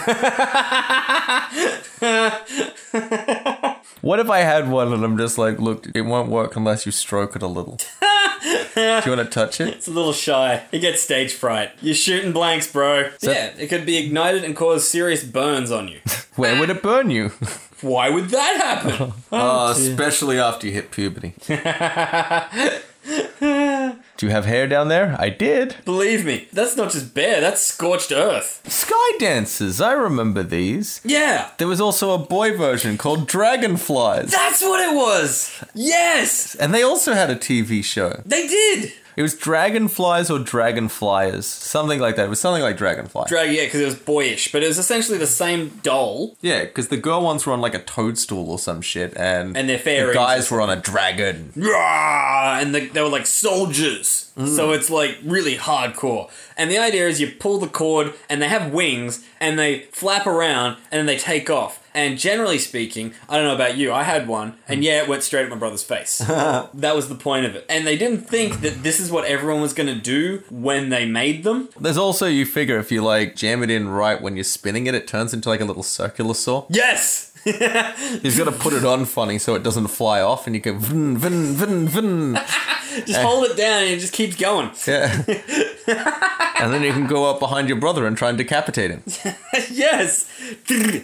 what if I had one and I'm just like, "Look, it won't work unless you stroke it a little." Do you want to touch it?
It's a little shy. It gets stage fright. You're shooting blanks, bro. yeah, it could be ignited and cause serious burns on you.
Where would it burn you?
Why would that happen?
Oh, especially after you hit puberty. Do you have hair down there? I did.
Believe me, that's not just bare, that's scorched earth.
Sky Dancers, I remember these.
Yeah,
There was also a boy version called Dragonflies.
that's what it was. Yes,
And they also had a TV show.
they did.
It was Dragonflies or Dragonflyers. Something like that. It was something like Dragonfly.
Drag, yeah, because it was boyish, but it was essentially the same doll.
yeah, because the girl ones were on like a toadstool or some shit, and,
And they're
the
fairies.
guys were on a dragon.
"Rah!" and the, they were like soldiers. So it's like really hardcore. And the idea is you pull the cord, and they have wings, and they flap around, and then they take off. And generally speaking, I don't know about you, I had one, and yeah, it went straight at my brother's face. that was the point of it. And they didn't think that this is what everyone was going to do when they made them.
There's also, you figure, if you like jam it in right when you're spinning it, it turns into like a little circular saw.
Yes!
You've got to put it on funny so it doesn't fly off, and you go vin vin vin vin.
Just hold it down, and it just keeps going.
Yeah. and then you can go up behind your brother and try and decapitate him.
yes.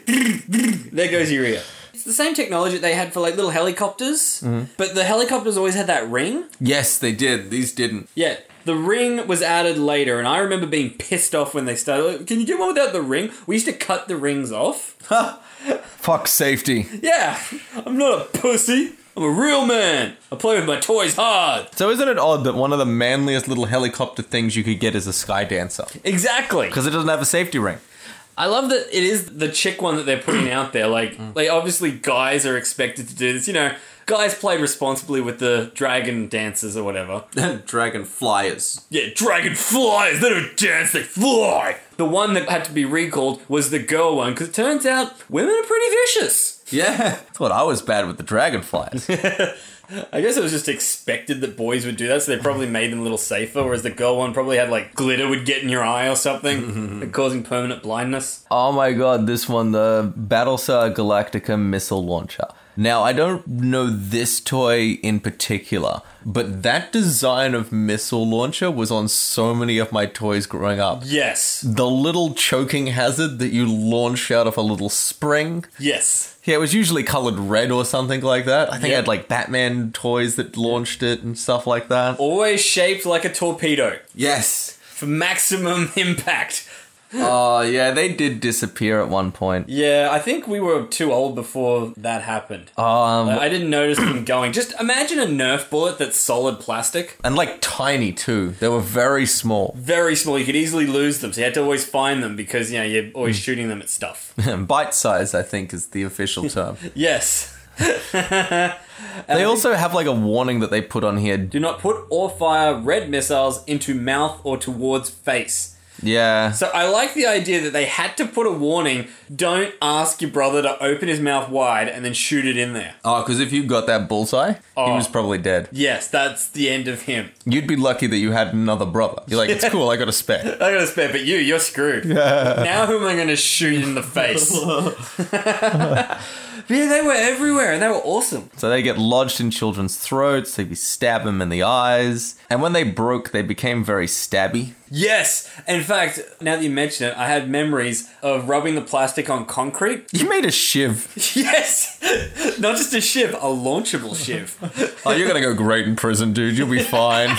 there goes your ear. It's the same technology that they had for like little helicopters, but the helicopters always had that ring.
Yes, they did. These didn't.
Yeah, the ring was added later, and I remember being pissed off when they started. like, Can you get one without the ring? We used to cut the rings off.
Fuck safety.
Yeah, I'm not a pussy. I'm a real man. I play with my toys hard.
So isn't it odd that one of the manliest little helicopter things you could get is a sky dancer
Exactly.
because it doesn't have a safety ring?
I love that it is the chick one that they're putting out there. Like, like obviously guys are expected to do this. You know, guys played responsibly with the dragon dances or whatever.
Dragon flyers.
Yeah, dragon flies. They don't dance. They fly. The one that had to be recalled was the girl one because it turns out women are pretty vicious.
Yeah. Thought I was bad with the dragon flies.
I guess it was just expected that boys would do that, so they probably made them a little safer. Whereas the girl one probably had like glitter would get in your eye or something, and causing permanent blindness.
Oh my god, this one, the Battlestar Galactica missile launcher. Now, I don't know this toy in particular, but that design of missile launcher was on so many of my toys growing up.
Yes,
The little choking hazard that you launch out of a little spring.
yes.
Yeah, it was usually colored red or something like that. I think
Yeah.
I had like Batman toys that launched it and stuff like that.
Always shaped like a torpedo
Yes.
for maximum impact.
Oh, yeah, they did disappear at one point.
Yeah, I think we were too old before that happened.
Um,
I didn't notice them going. Just imagine a Nerf bullet that's solid plastic.
and like tiny too. They were very small.
Very small. You could easily lose them, so you had to always find them because, you know, you're always shooting them at stuff.
Bite size, I think, is the official term.
yes.
they also have like a warning that they put on here.
Do not put or fire red missiles into mouth or towards face.
Yeah.
So I like the idea that they had to put a warning don't ask your brother to open his mouth wide and then shoot it in there.
Oh, because if you got that bullseye, he
Oh.
was probably dead.
Yes, that's the end of him.
You'd be lucky that you had another brother. You're like, it's cool, I got a spare.
I got a spare, but you, you're screwed. Now who am I going to shoot in the face? yeah, they were everywhere and they were awesome.
So they get lodged in children's throats, they stab them in the eyes, and when they broke, they became very stabby.
Yes, in fact, now that you mention it, I had memories of rubbing the plastic on concrete.
You made a shiv.
Yes, not just a shiv, a launchable shiv.
Oh, you're gonna go great in prison, dude. You'll be fine.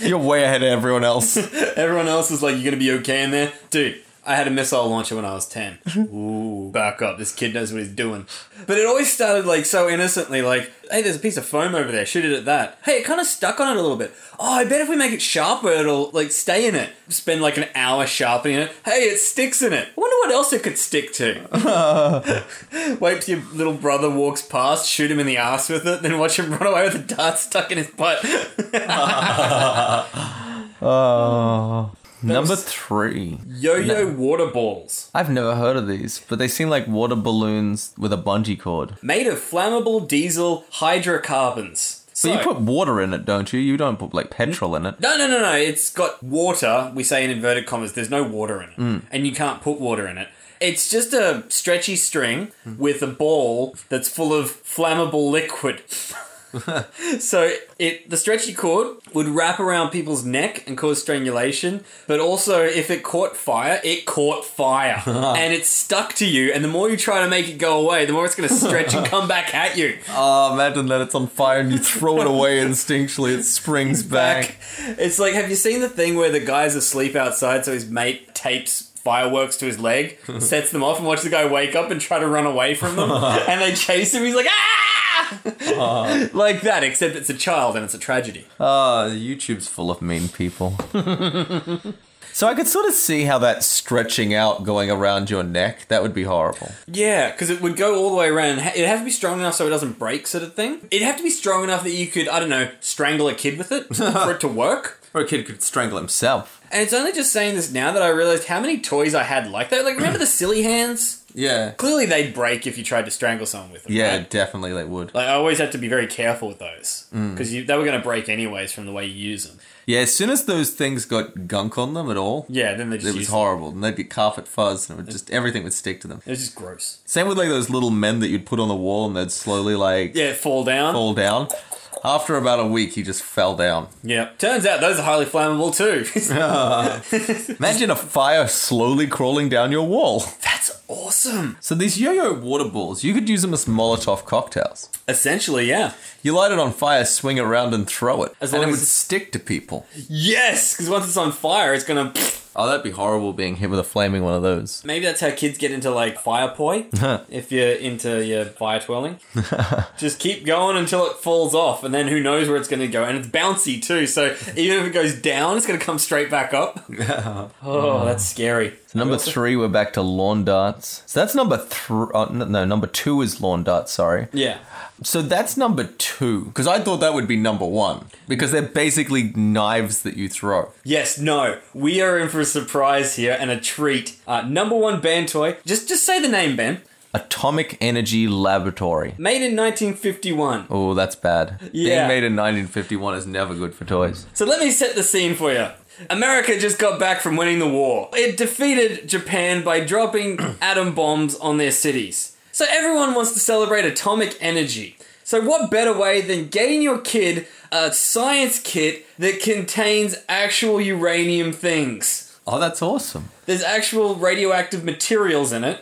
You're way ahead of everyone else.
Everyone else is like, "You're gonna be okay in there, dude." I had a missile launcher when I was ten. Ooh, back up! This kid knows what he's doing. But it always started like so innocently, like, "Hey, there's a piece of foam over there. Shoot it at that." Hey, it kind of stuck on it a little bit. Oh, I bet if we make it sharper, it'll like stay in it. Spend like an hour sharpening it. Hey, it sticks in it. I wonder what else it could stick to. Wait till your little brother walks past, shoot him in the ass with it, then watch him run away with a dart stuck in his butt.
Oh. Number
was-
three.
Yo-yo water balls.
I've never heard of these, but they seem like water balloons with a bungee cord.
made of flammable diesel hydrocarbons. So
But you put water in it, don't you? You don't put like petrol in it.
no, no, no, no. It's got water. We say in inverted commas, there's no water in it,
Mm.
and you can't put water in it. It's just a stretchy string
Mm.
with a ball that's full of flammable liquid. so it the stretchy cord would wrap around people's neck and cause strangulation, but also if it caught fire, it caught fire and it's stuck to you. And the more you try to make it go away, the more it's going to stretch and come back at you.
Oh, imagine that it's on fire and you throw it away instinctually, it springs
back. It's like, have you seen the thing where the guy's asleep outside, so his mate tapes fireworks to his leg, sets them off, and watches the guy wake up and try to run away from them? and they chase him, he's like, ah! like that, except it's a child and it's a tragedy.
Ah, YouTube's full of mean people. so I could sort of see how that stretching out going around your neck, that would be horrible.
Yeah, because it would go all the way around. It'd have to be strong enough so it doesn't break, sort of thing. It'd have to be strong enough that you could, I don't know, strangle a kid with it for it to work.
Or a kid could strangle himself.
And it's only just saying this now that I realized how many toys I had like that. Like, remember the silly hands?
Yeah.
Clearly, they'd break if you tried to strangle someone with them.
Yeah,
right?
definitely they would.
Like I always had to be very careful with those
Mm.
because they were going to break anyways from the way you use them.
Yeah, as soon as those things got gunk on them at all,
Yeah, then they just
it was
used
horrible. And they'd get carpet fuzz and it would just everything would stick to them.
It was just gross.
Same with like those little men that you'd put on the wall and they'd slowly like
Yeah, fall down.
fall down. After about a week, he just fell down.
Yeah, turns out those are highly flammable too.
Imagine a fire slowly crawling down your wall.
That's awesome.
So these yo-yo water balls, you could use them as Molotov cocktails.
Essentially, yeah.
You light it on fire, swing it around, and throw it,
As
and
long
it
as
would
it's-
stick to people.
Yes, because once it's on fire, it's gonna.
Oh, that'd be horrible being hit with a flaming one of those.
Maybe that's how kids get into like fire poi. if you're into your fire twirling, just keep going until it falls off, and then who knows where it's gonna go? And it's bouncy too, so even if it goes down, it's gonna come straight back up. oh, that's scary.
So number three, we're back to lawn darts. So that's number three. Oh, no, no, number two is lawn darts. Sorry.
Yeah.
So that's number two because I thought that would be number one because they're basically knives that you throw.
Yes, no. We are in for a surprise here and a treat. Uh, number one band toy. Just just say the name, Ben.
Atomic Energy Laboratory.
Made in 1951.
Oh, that's bad.
Yeah.
Being made in 1951 is never good for toys.
So let me set the scene for you. America just got back from winning the war. It defeated Japan by dropping atom bombs on their cities. So everyone wants to celebrate atomic energy. So, what better way than getting your kid a science kit that contains actual uranium things?
Oh, that's awesome.
There's actual radioactive materials in it.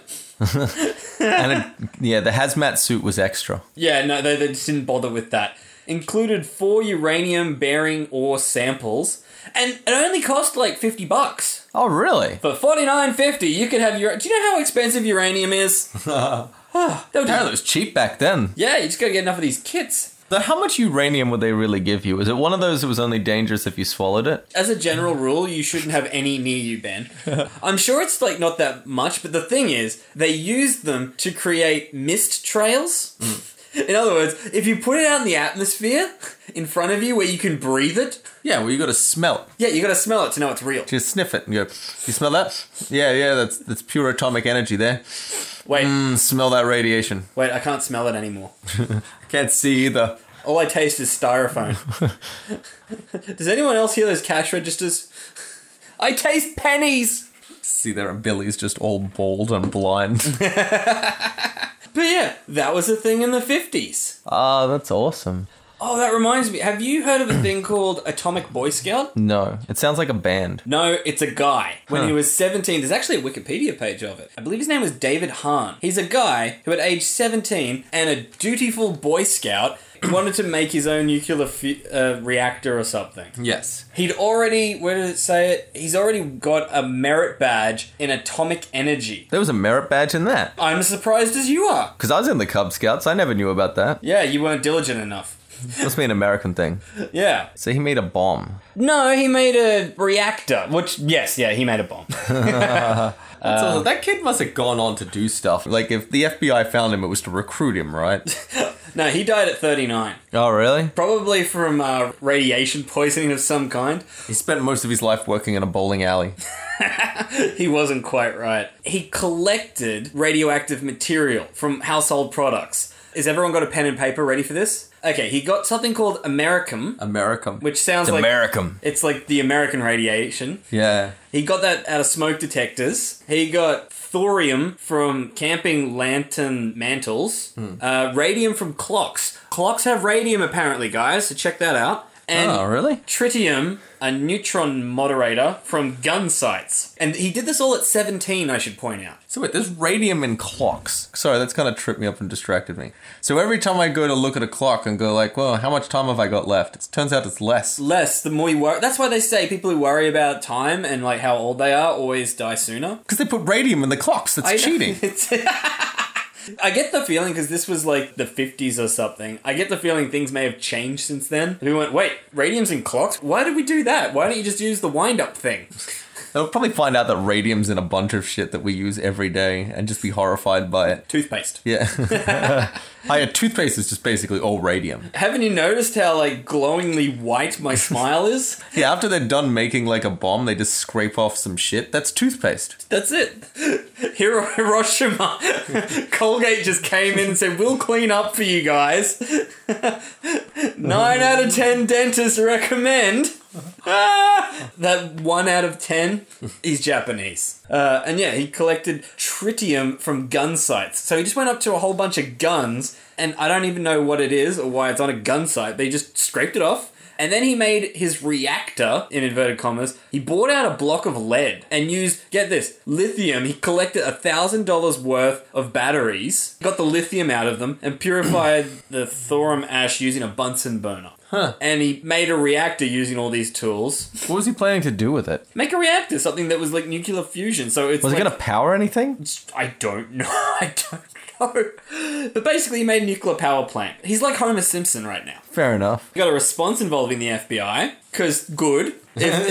And it, yeah, the hazmat suit was extra.
Yeah, no, they, they just didn't bother with that. Included four uranium bearing ore samples, and it only cost like 50 bucks.
Oh, really?
For 49.50, you could have your. Do you know how expensive uranium is? They'll
Apparently,
just-
it was cheap back then.
yeah, you just gotta get enough of these kits.
But how much uranium would they really give you? Is it one of those that was only dangerous if you swallowed it?
As a general rule, you shouldn't have any near you, Ben. I'm sure it's like not that much, but the thing is, they used them to create mist trails. In other words, if you put it out in the atmosphere in front of you where you can breathe it,
Yeah, well, you got to smell.
yeah, you gotta smell it to know it's real.
Just sniff it and go. You smell that? Yeah, yeah. That's that's pure atomic energy there.
Wait,
Mm, smell that radiation.
Wait, I can't smell it anymore.
Can't see either.
All I taste is styrofoam. Does anyone else hear those cash registers? I taste pennies!
See, there are Billy's just all bald and blind.
But yeah, that was a thing in the 50s.
Ah, that's awesome.
Oh, that reminds me. Have you heard of a thing called Atomic Boy Scout?
No, it sounds like a band.
No, it's a guy. When he
Huh.
was 17, there's actually a Wikipedia page of it. I believe his name was David Hahn. He's a guy who, at age 17 and a dutiful Boy Scout, wanted to make his own nuclear fu- uh, reactor or something.
Yes.
He'd already, where did it say it? He's already got a merit badge in atomic energy.
There was a merit badge in that.
I'm as surprised as you are.
Because I was in the Cub Scouts, I never knew about that.
Yeah, you weren't diligent enough.
Must be an American thing.
Yeah.
So he made a bomb.
No, he made a reactor, which, yes, yeah, he made a bomb.
so that kid must have gone on to do stuff. Like if the FBI found him, it was to recruit him, right?
no, he died at 39.
oh, really?
Probably from uh, radiation poisoning of some kind.
He spent most of his life working in a bowling alley.
He wasn't quite right. He collected radioactive material from household products. Has everyone got a pen and paper ready for this? Okay, he got something called Americum,
American.
which sounds like.
American.
It's like the American radiation.
Yeah.
He got that out of smoke detectors. He got thorium from camping lantern mantles, uh, radium from clocks. Clocks have radium, apparently, guys, so check that out. And
oh, really?
tritium, a neutron moderator from gun sights. And he did this all at 17, I should point out.
So wait, there's radium in clocks. Sorry, that's kind of tripped me up and distracted me. So every time I go to look at a clock and go like, well, how much time have I got left? It turns out it's less.
Less, the more you worry. That's why they say people who worry about time and like how old they are always die sooner.
Because they put radium in the clocks. That's
I-
cheating.
It's- I get the feeling because this was like the 50s or something. I get the feeling things may have changed since then. We went, wait, radium's in clocks? Why did we do that? Why don't you just use the wind up thing?
They'll probably find out that radium's in a bunch of shit that we use every day and just be horrified by it.
Toothpaste.
Yeah. Hiya, toothpaste is just basically all radium.
Haven't you noticed how like glowingly white my smile is?
Yeah, after they're done making like a bomb, they just scrape off some shit. That's toothpaste.
That's it. Hiro- Hiroshima. Colgate just came in and said, We'll clean up for you guys. Nine out of ten dentists recommend. Ah! that one out of ten, he's Japanese. Uh, and yeah, he collected tritium from gun sites. So he just went up to a whole bunch of guns, and I don't even know what it is or why it's on a gun site, but he just scraped it off. And then he made his reactor, in inverted commas. He bought out a block of lead and used, get this, lithium. He collected $1,000 worth of batteries, got the lithium out of them, and purified the thorium ash using a Bunsen burner. Huh. And he made a reactor using all these tools.
What was he planning to do with it?
Make a reactor, something that was like nuclear fusion. So it's
Was
like,
it gonna power anything?
I don't know. I don't know. But basically, he made a nuclear power plant. He's like Homer Simpson right now.
Fair enough.
We got a response involving the FBI, because good. If-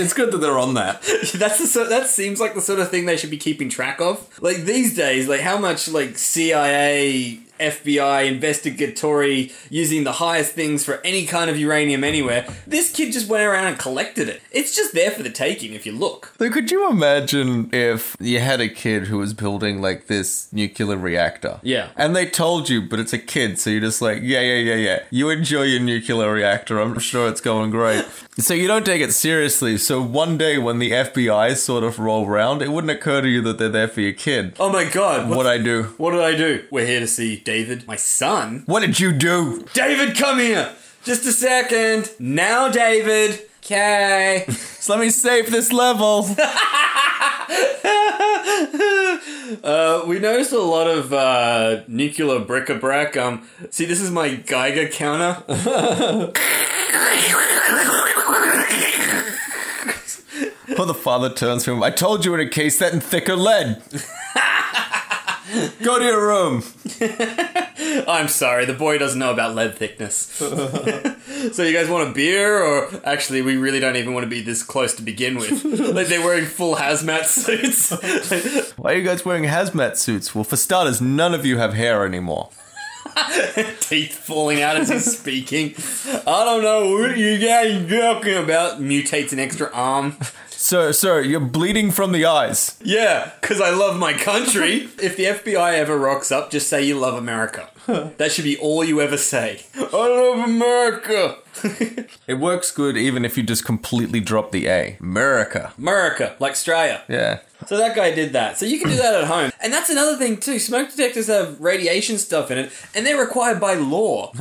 It's good that they're on that.
that's the sort, that seems like the sort of thing they should be keeping track of. Like these days, like how much like CIA, FBI, investigatory using the highest things for any kind of uranium anywhere. This kid just went around and collected it. It's just there for the taking if you look.
Like, could you imagine if you had a kid who was building like this nuclear reactor?
Yeah.
And they told you, but it's a kid, so you're just like, yeah, yeah, yeah, yeah. You enjoy your nuclear reactor. I'm sure it's going great. so you don't take it seriously. So one day when the FBI sort of roll round, it wouldn't occur to you that they're there for your kid.
Oh my god,
What
what,
I do?
what did I do? We're here to see David, my son.
What did you do?
David, come here! Just a second. Now, David. Okay.
So let me save this level.
Uh, we noticed a lot of uh, nuclear bric-a-brac. Um, see, this is my Geiger counter.
Well, the father turns to him. I told you to encase that in thicker lead. Go to your room.
I'm sorry, the boy doesn't know about lead thickness. so you guys want a beer, or actually, we really don't even want to be this close to begin with. like they're wearing full hazmat suits. Like,
Why are you guys wearing hazmat suits? Well, for starters, none of you have hair anymore.
teeth falling out as he's speaking. I don't know what you guys talking about. Mutates an extra arm.
Sir, sir, you're bleeding from the eyes.
Yeah, because I love my country. if the FBI ever rocks up, just say you love America. that should be all you ever say. I love America.
It works good even if you just completely drop the A. America.
America, like Australia.
Yeah.
So that guy did that. So you can do that at home. And that's another thing, too. Smoke detectors have radiation stuff in it, and they're required by law.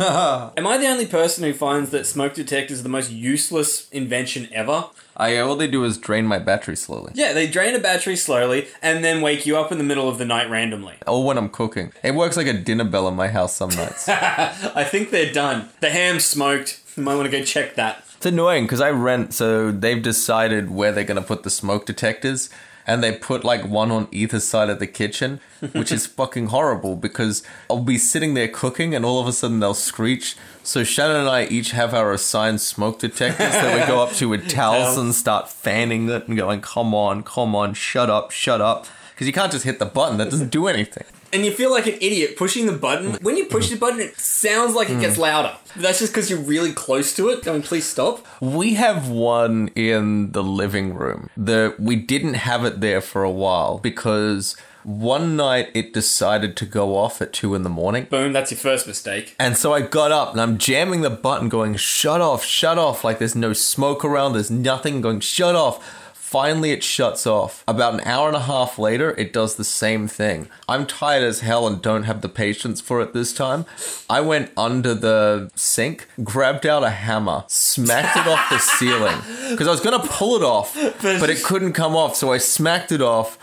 Am I the only person who finds that smoke detectors are the most useless invention ever?
I, uh, all they do is drain my battery slowly.
Yeah, they drain a battery slowly and then wake you up in the middle of the night randomly.
Or when I'm cooking. It works like a dinner bell in my house some nights.
I think they're done. The ham's smoked. You might want to go check that.
It's annoying because I rent, so they've decided where they're going to put the smoke detectors, and they put like one on either side of the kitchen, which is fucking horrible because I'll be sitting there cooking, and all of a sudden they'll screech. So Shannon and I each have our assigned smoke detectors that we go up to with towels and start fanning it and going, "Come on, come on, shut up, shut up," because you can't just hit the button. That doesn't do anything.
And you feel like an idiot pushing the button. When you push the button, it sounds like it gets
Hmm.
louder. But that's just because you're really close to it. Going, please stop.
We have one in the living room. The we didn't have it there for a while because one night it decided to go off at two in the morning.
Boom, that's your first mistake.
And so I got up and I'm jamming the button, going, shut off, shut off. Like there's no smoke around, there's nothing going, shut off. Finally, it shuts off. About an hour and a half later, it does the same thing. I'm tired as hell and don't have the patience for it this time. I went under the sink, grabbed out a hammer, smacked it off the ceiling because I was going to pull it off, but it couldn't come off. So I smacked it off.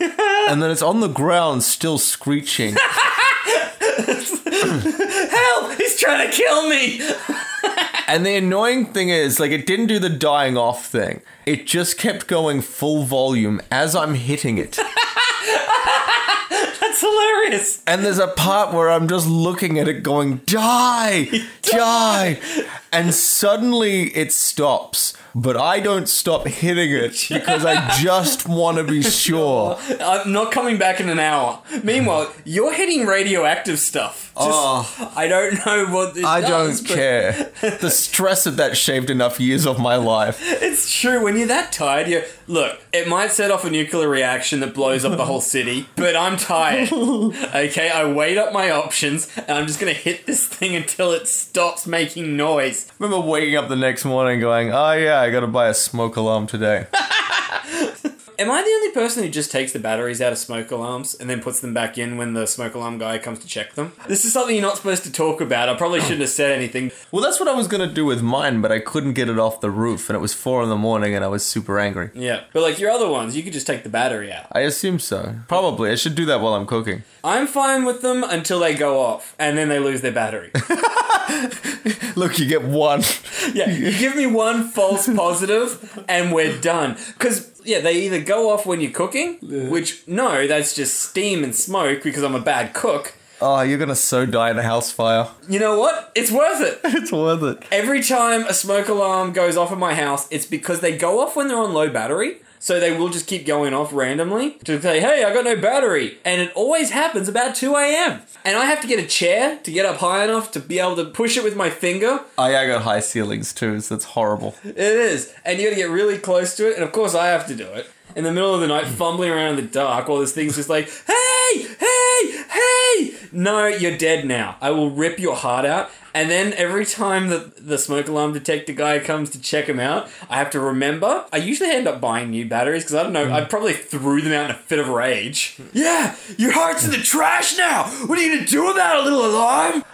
and then it's on the ground, still screeching.
Help! He's trying to kill me!
And the annoying thing is, like, it didn't do the dying off thing. It just kept going full volume as I'm hitting it.
That's hilarious!
And there's a part where I'm just looking at it going, die, die. And suddenly it stops. But I don't stop hitting it because I just want to be sure.
I'm not coming back in an hour. Meanwhile, you're hitting radioactive stuff. Just,
Oh.
I don't know what this
I
does,
don't
but
care. The stress of that shaved enough years of my life.
It's true, when you're that tired, you look, it might set off a nuclear reaction that blows up the whole city, but I'm tired. Okay, I weighed up my options and I'm just gonna hit this thing until it stops making noise.
I remember waking up the next morning going, oh yeah, I gotta buy a smoke alarm today.
Am I the only person who just takes the batteries out of smoke alarms and then puts them back in when the smoke alarm guy comes to check them? This is something you're not supposed to talk about. I probably shouldn't have said anything.
Well, that's what I was gonna do with mine, but I couldn't get it off the roof, and it was four in the morning, and I was super angry.
Yeah. But like your other ones, you could just take the battery out.
I assume so. Probably. I should do that while I'm cooking.
I'm fine with them until they go off and then they lose their battery.
Look, you get one.
Yeah, you give me one false positive and we're done. Because, yeah, they either go off when you're cooking, which, no, that's just steam and smoke because I'm a bad cook.
Oh, you're gonna so die in a house fire.
You know what? It's worth it.
It's worth it.
Every time a smoke alarm goes off in my house, it's because they go off when they're on low battery. So they will just keep going off randomly to say, hey, I got no battery. And it always happens about 2 a.m. And I have to get a chair to get up high enough to be able to push it with my finger.
Oh yeah, I got high ceilings too, so it's horrible.
It is. And you gotta get really close to it. And of course, I have to do it. In the middle of the night, fumbling around in the dark while this thing's just like, hey, hey, hey! No, you're dead now. I will rip your heart out. And then every time that the smoke alarm detector guy comes to check him out, I have to remember. I usually end up buying new batteries because I don't know, I probably threw them out in a fit of rage. Yeah, your heart's in the trash now! What are you gonna do about it, little alarm?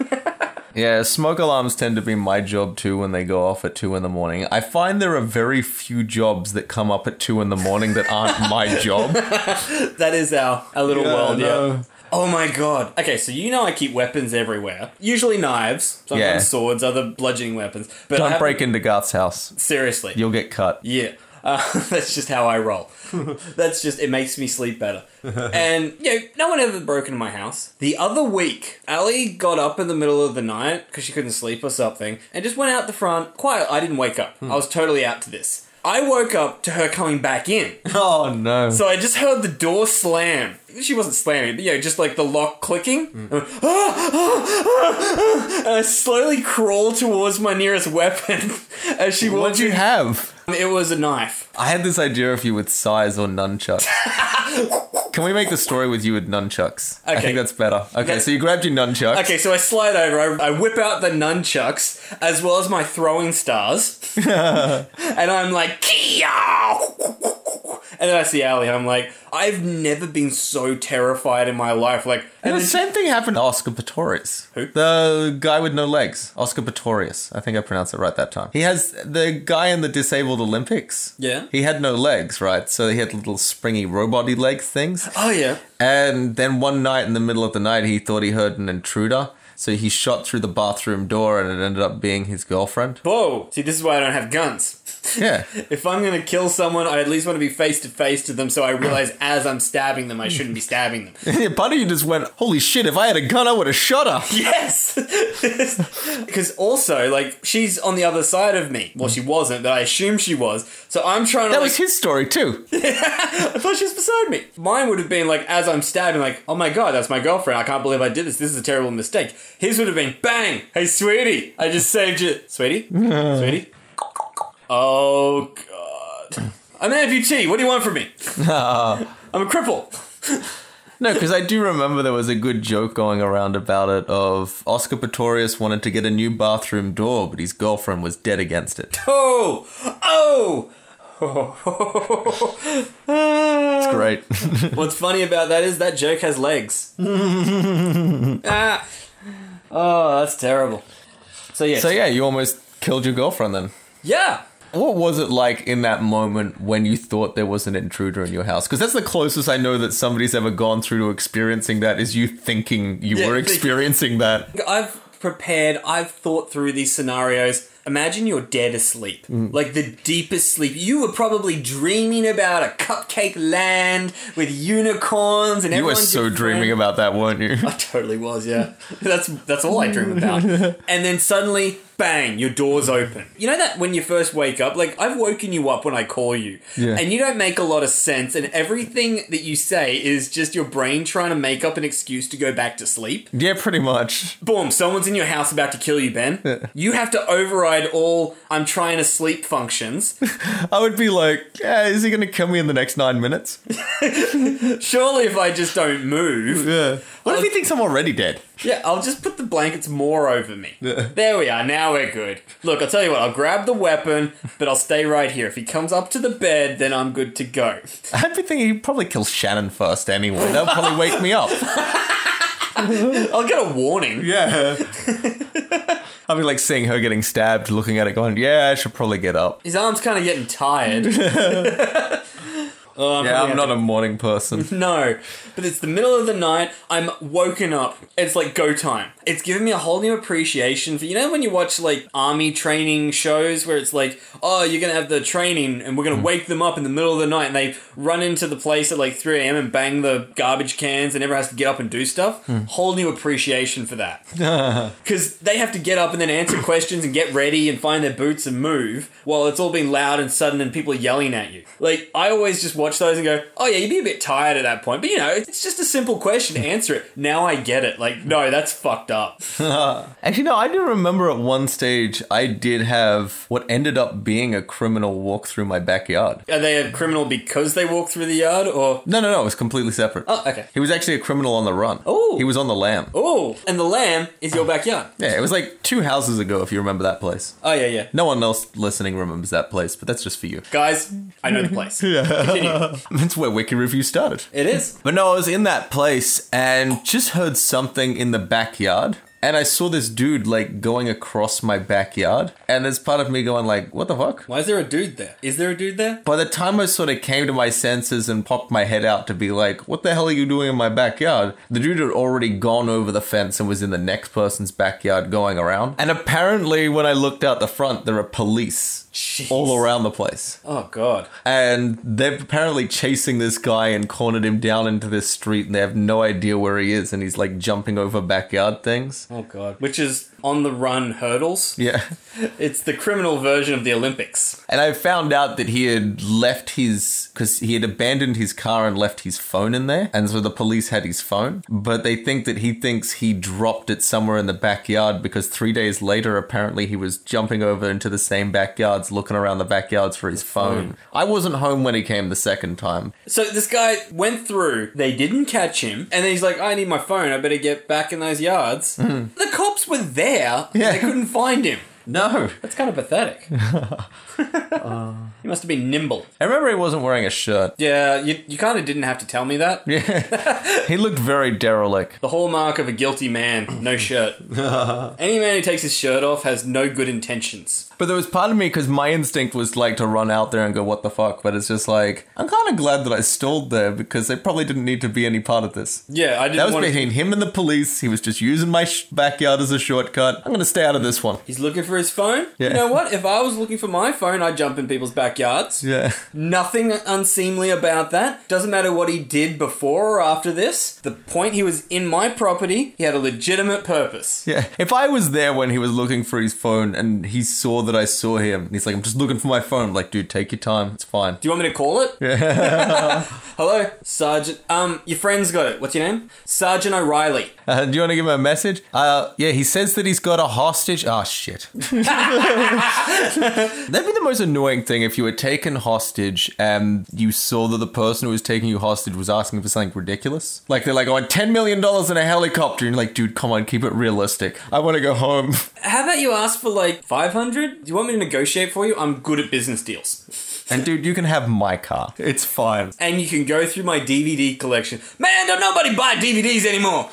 Yeah, smoke alarms tend to be my job too when they go off at two in the morning. I find there are very few jobs that come up at two in the morning that aren't my job.
That is our, our little
Yeah,
world, yeah.
no.
Oh my god. Okay, so you know I keep weapons everywhere. Usually knives, sometimes
Yeah.
swords, other bludgeoning weapons. But I
Don't
haven't-
break into Garth's house.
Seriously.
You'll get cut.
Yeah. Uh, that's just how I roll. that's just, it makes me sleep better. and, you know, no one ever broke into my house. The other week, Ali got up in the middle of the night because she couldn't sleep or something and just went out the front quiet. I didn't wake up. I was totally out to this. I woke up to her coming back in.
Oh no.
So I just heard the door slam. She wasn't slamming, but you know, just like the lock clicking. And, I went, "Ah, ah, ah, ah," and I slowly crawl towards my nearest weapon as she
What'd
walked
you
in.
have?
It was a knife.
I had this idea if you with size or nunchucks. Can we make the story with you with nunchucks? I
Okay.
think that's better. Okay,
That's-
so you grabbed your nunchucks.
Okay, so I slide over. I, I whip out the nunchucks as well as my throwing stars, and I'm like, "Kia!" and then I see Ali, and I'm like, I've never been so terrified in my life. Like,
And
and
the
then-
same thing happened to Oscar Pistorius.
Who?
The guy with no legs. Oscar Pistorius. I think I pronounced it right that time. He has the guy in the disabled Olympics.
Yeah.
He had no legs, right? So he had little springy robot leg things.
oh yeah,
And then one night in the middle of the night, he thought he heard an intruder. So he shot through the bathroom door and it ended up being his girlfriend.
whoa. See, this is why I don't have guns.
Yeah.
If I'm going to kill someone, I at least want to be face to face to them so I realize as I'm stabbing them, I shouldn't be stabbing them.
Part of you just went, holy shit, if I had a gun, I would have shot her.
yes! Because also, like, she's on the other side of me. Well, she wasn't, but I assume she was. So I'm trying to.
That
like,
was his story too.
I thought she was beside me. Mine would have been, like, as I'm stabbing, like, oh my god, that's my girlfriend. I can't believe I did this. This is a terrible mistake. His would have been, bang! Hey, sweetie! I just saved you. Sweetie? sweetie? Oh, God. I'm an amputee. What do you want from me? I'm a cripple.
No, because I do remember there was a good joke going around about it of Oscar Pistorius wanted to get a new bathroom door, but his girlfriend was dead against it.
Oh, oh. Ah.
Great.
What's funny about that is that joke has legs. ah. Oh, that's terrible. So yeah,
so yeah, you almost killed your girlfriend then.
yeah.
What was it like in that moment when you thought there was an intruder in your house? Because that's the closest I know that somebody's ever gone through to experiencing that is you thinking you
Yeah,
were
think-
experiencing that.
I've prepared. I've thought through these scenarios. Imagine you're dead asleep,
Mm.
like the deepest sleep. You were probably dreaming about a cupcake land with unicorns and
You were
everyone's
so
your friend.
dreaming about that, weren't you?
I totally was, yeah. That's that's all I dream about. And then suddenly, bang, your door's open. You know that when you first wake up, like I've woken you up when I call you,
Yeah.
and you don't make a lot of sense, and everything that you say is just your brain trying to make up an excuse to go back to sleep.
yeah, pretty much.
Boom, someone's in your house about to kill you, Ben. you have to override all I'm trying to sleep functions.
I would be like, yeah, is he going to kill me in the next nine minutes?
Surely, if I just don't move,
Yeah. What if he thinks I'm already dead?
Yeah, I'll just put the blankets more over me. there we are, now we're good. Look, I'll tell you what, I'll grab the weapon, but I'll stay right here. If he comes up to the bed, then I'm good to go.
I'd be thinking he'd probably kill Shannon first anyway. That'll probably wake me up.
I'll get a warning.
Yeah. I'd be like seeing her getting stabbed, looking at it, going, yeah, I should probably get up.
His arm's kind of getting tired. Oh, I'm
Yeah,
probably
I'm
gonna
not a morning person.
No, but it's the middle of the night. I'm woken up. It's like go time. It's given me a whole new appreciation for you know when you watch like army training shows where it's like, oh, you're gonna have the training and we're gonna wake them up in the middle of the night and they run into the place at like 3 a.m. and bang the garbage cans and everyone has to get up and do stuff. Whole new appreciation for that because they have to get up and then answer questions and get ready and find their boots and move while it's all being loud and sudden and people are yelling at you. Like, I always just watch those and go, oh yeah, you'd be a bit tired at that point. But you know, it's just a simple question. Answer it. Now I get it. Like, no, that's fucked up.
Actually, no, I do remember at one stage I did have what ended up being a criminal walk through my backyard.
Are they a criminal because they walk through the yard or.
No, no, no, it was completely separate.
Oh, okay.
He was actually a criminal on the run.
Oh.
He was on the lam.
Oh, and the lamb is your backyard.
Yeah, it was like two houses ago, if you remember that place.
Oh, yeah, yeah.
No one else listening remembers that place, but that's just for you.
Guys, I know the place. Continue.
That's where Wiki Review started.
It is.
But no, I was in that place and just heard something in the backyard. And I saw this dude like going across my backyard. And there's part of me going like, what the fuck?
Why is there a dude there? Is there a dude there?
By the time I sort of came to my senses and popped my head out to be like, what the hell are you doing in my backyard? The dude had already gone over the fence and was in the next person's backyard going around. And apparently when I looked out the front, there are police
Jeez.
all around the place.
Oh, God.
and they're apparently chasing this guy and cornered him down into this street and they have no idea where he is and he's like jumping over backyard things
Oh, God. Which is on the run hurdles.
yeah
It's the criminal version of the Olympics.
and i found out that he had left his because he had abandoned his car and left his phone in there and so the police had his phone but they think that he thinks he dropped it somewhere in the backyard because three days later apparently he was jumping over into the same backyards looking around the backyards for his phone, i wasn't home when he came the second time
So this guy went through, they didn't catch him, and then he's like, I need my phone, I better get back in those yards. The cops were there,
Mm-hmm. Yeah.
they couldn't find him.
no
That's kind of pathetic. Uh, He must have been nimble.
i remember he wasn't wearing a shirt
Yeah, you, you kind of didn't have to tell me that.
He looked very derelict.
The hallmark of a guilty man, no shirt. Any man who takes his shirt off has no good intentions.
But there was part of me because my instinct was like to run out there and go, what the fuck? But it's just like, I'm kind of glad that I stalled there because they probably didn't need to be any part of this.
Yeah, I
That
didn't
was
want to...
between him and the police. He was just using my sh- backyard as a shortcut. I'm going to stay out of this one.
He's looking for his phone.
Yeah.
You know what? If I was looking for my phone, I'd jump in people's backyards.
Yeah.
Nothing unseemly about that. Doesn't matter what he did before or after this. The point he was in my property, he had a legitimate purpose.
Yeah. If I was there when he was looking for his phone and he saw that I saw him, and he's like, I'm just looking for my phone. I'm like, dude, take your time. It's fine.
Do you want me to call it? Yeah. Hello, Sergeant. Um, your friend's got it. What's your name? Sergeant O'Reilly.
Uh, do you want to give him a message? Uh, yeah, he says that he's got a hostage. Ah, shit. That'd be the most annoying thing if you were taken hostage and you saw that the person who was taking you hostage was asking for something ridiculous. Like they're like, "I want ten million dollars in a helicopter," and you're like, "Dude, come on, keep it realistic. I want to go home."
How about you ask for like 500? Do you want me to negotiate for you? I'm good at business deals.
and dude, you can have my car. It's fine.
And you can go through my DVD collection. Man, don't nobody buy DVDs anymore.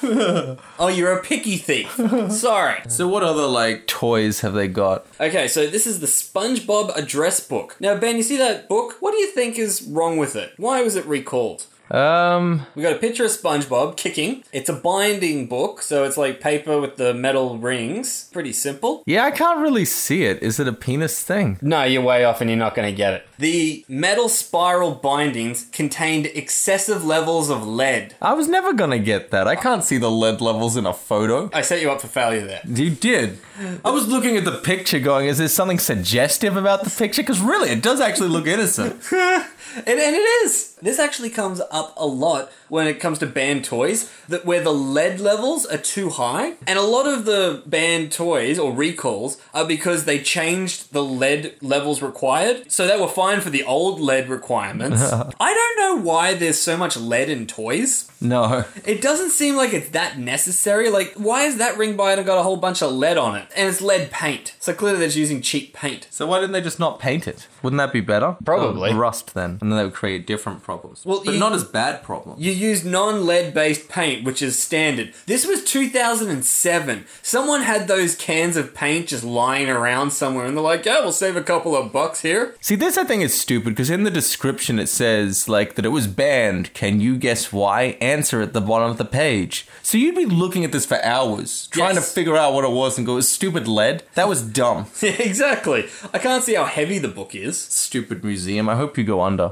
oh, you're a picky thief. Sorry.
So, what other like toys have they got?
Okay, so this is the SpongeBob address book. Now, Ben, you see that book? What do you think is wrong with it? Why was it recalled?
Um,
We got a picture of SpongeBob kicking. It's a binding book, so it's like paper with the metal rings. Pretty simple.
yeah, I can't really see it. Is it a penis thing?
No, you're way off and you're not going to get it. The metal spiral bindings contained excessive levels of lead.
I was never gonna get that. I can't see the lead levels in a photo.
I set you up for failure there.
You did. I was looking at the picture going, is there something suggestive about the picture? Because really, it does actually look innocent.
And, and it is. This actually comes up a lot when it comes to banned toys, that where the lead levels are too high, and a lot of the banned toys or recalls are because they changed the lead levels required, so they were fine for the old lead requirements. I don't know why there's so much lead in toys.
no.
It doesn't seem like it's that necessary. Like, why is that ring binder got a whole bunch of lead on it, and it's lead paint? So clearly they're just using cheap paint.
So why didn't they just not paint it? Wouldn't that be better?
Probably.
Or rust then, and then they would create different problems.
Well,
but
you-
not as bad problem.
You used non lead based paint, which is standard. This was 2007. Someone had those cans of paint just lying around somewhere, and they're like, yeah, we'll save a couple of bucks here.
See, this I think is stupid because in the description it says like that it was banned. Can you guess why? Answer at the bottom of the page. So you'd be looking at this for hours trying
Yes.
to figure out what it was and go, "It's stupid lead." That was dumb.
exactly. I can't see how heavy the book is.
stupid museum. I hope you go under.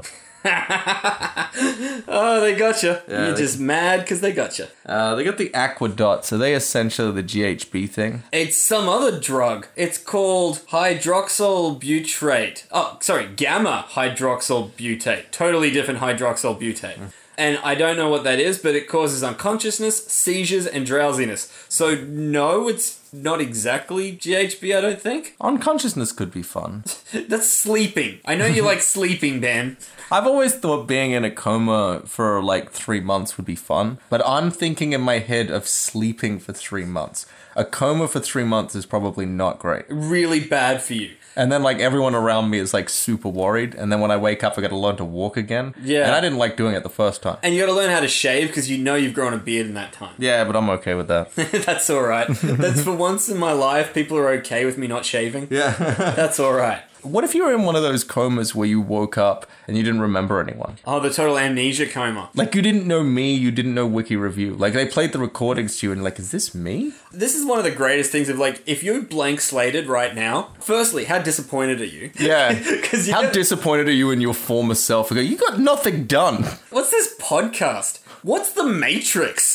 Oh, they gotcha.
Yeah,
You're
they-
just mad because they gotcha.
Uh, they got the aqua dot, so they essentially the GHB thing.
It's some other drug. It's called hydroxyl butyrate. Oh, sorry, gamma hydroxyl butate. Totally different hydroxyl butate. And I don't know what that is, but it causes unconsciousness, seizures, and drowsiness. So, no, it's not exactly GHB, I don't think.
Unconsciousness could be fun.
That's sleeping. I know you like sleeping, Ben.
I've always thought being in a coma for like three months would be fun, but I'm thinking in my head of sleeping for three months. A coma for three months is probably not great.
Really bad for you.
And then like everyone around me is like super worried, and then when I wake up, I got to learn to walk again.
Yeah.
and I didn't like doing it the first time.
And you gotta learn how to shave because you know you've grown a beard in that time.
Yeah, but I'm okay with that.
That's alright. That's for once in my life, people are okay with me not shaving.
yeah.
That's alright.
what if you were in one of those comas where you woke up and you didn't remember anyone?
Oh, the total amnesia coma.
Like you didn't know me, you didn't know Wiki Review. Like they played the recordings to you, and like, is this me?
This is one of the greatest things of like, if you're blank slated right now, firstly, how disappointed are you?
Yeah.
'Cause you
How
know-
disappointed are you in your former self? I go, you got nothing done.
What's this podcast? What's the Matrix?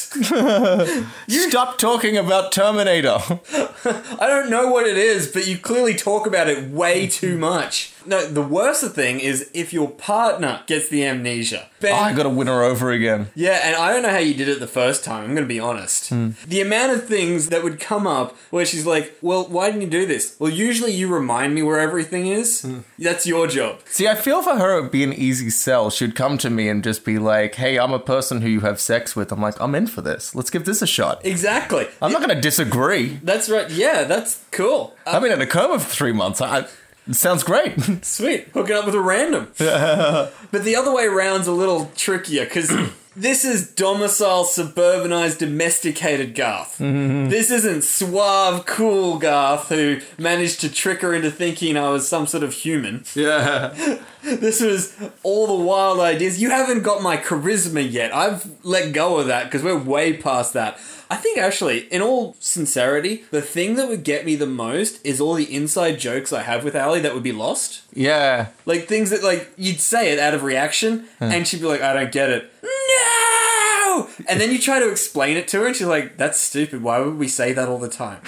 Stop talking about Terminator.
I don't know what it is, but you clearly talk about it way too much. No, the worst thing is if your partner gets the amnesia. Ben,
Oh, I got to win her over again.
Yeah, and I don't know how you did it the first time. I'm going to be honest.
Hmm.
The amount of things that would come up where she's like, "Well, why didn't you do this?" Well, usually you remind me where everything is.
Hmm.
That's your job.
See, I feel for her it would be an easy sell. She'd come to me and just be like, hey, I'm a person who you have sex with. I'm like, I'm in for this. Let's give this a shot.
Exactly.
I'm not going to disagree.
That's right. Yeah, that's cool. Uh,
I've been in a coma for three months. I, I- it sounds great.
sweet. Hooking up with a random. but the other way round's a little trickier because. This is domicile, suburbanized, domesticated Garth. This isn't suave, cool Garth who managed to trick her into thinking I was some sort of human.
yeah.
This was all the wild ideas. You haven't got my charisma yet. I've let go of that because we're way past that. I think actually, in all sincerity, the thing that would get me the most is all the inside jokes I have with Ali that would be lost.
Yeah.
Like things that like you'd say it out of reaction and she'd be like, I don't get it. No! And then you try to explain it to her and she's like, That's stupid. Why would we say that all the time?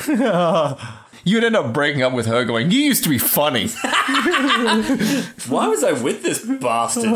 You'd end up breaking up with her going, you used to be funny.
Why was I with this bastard?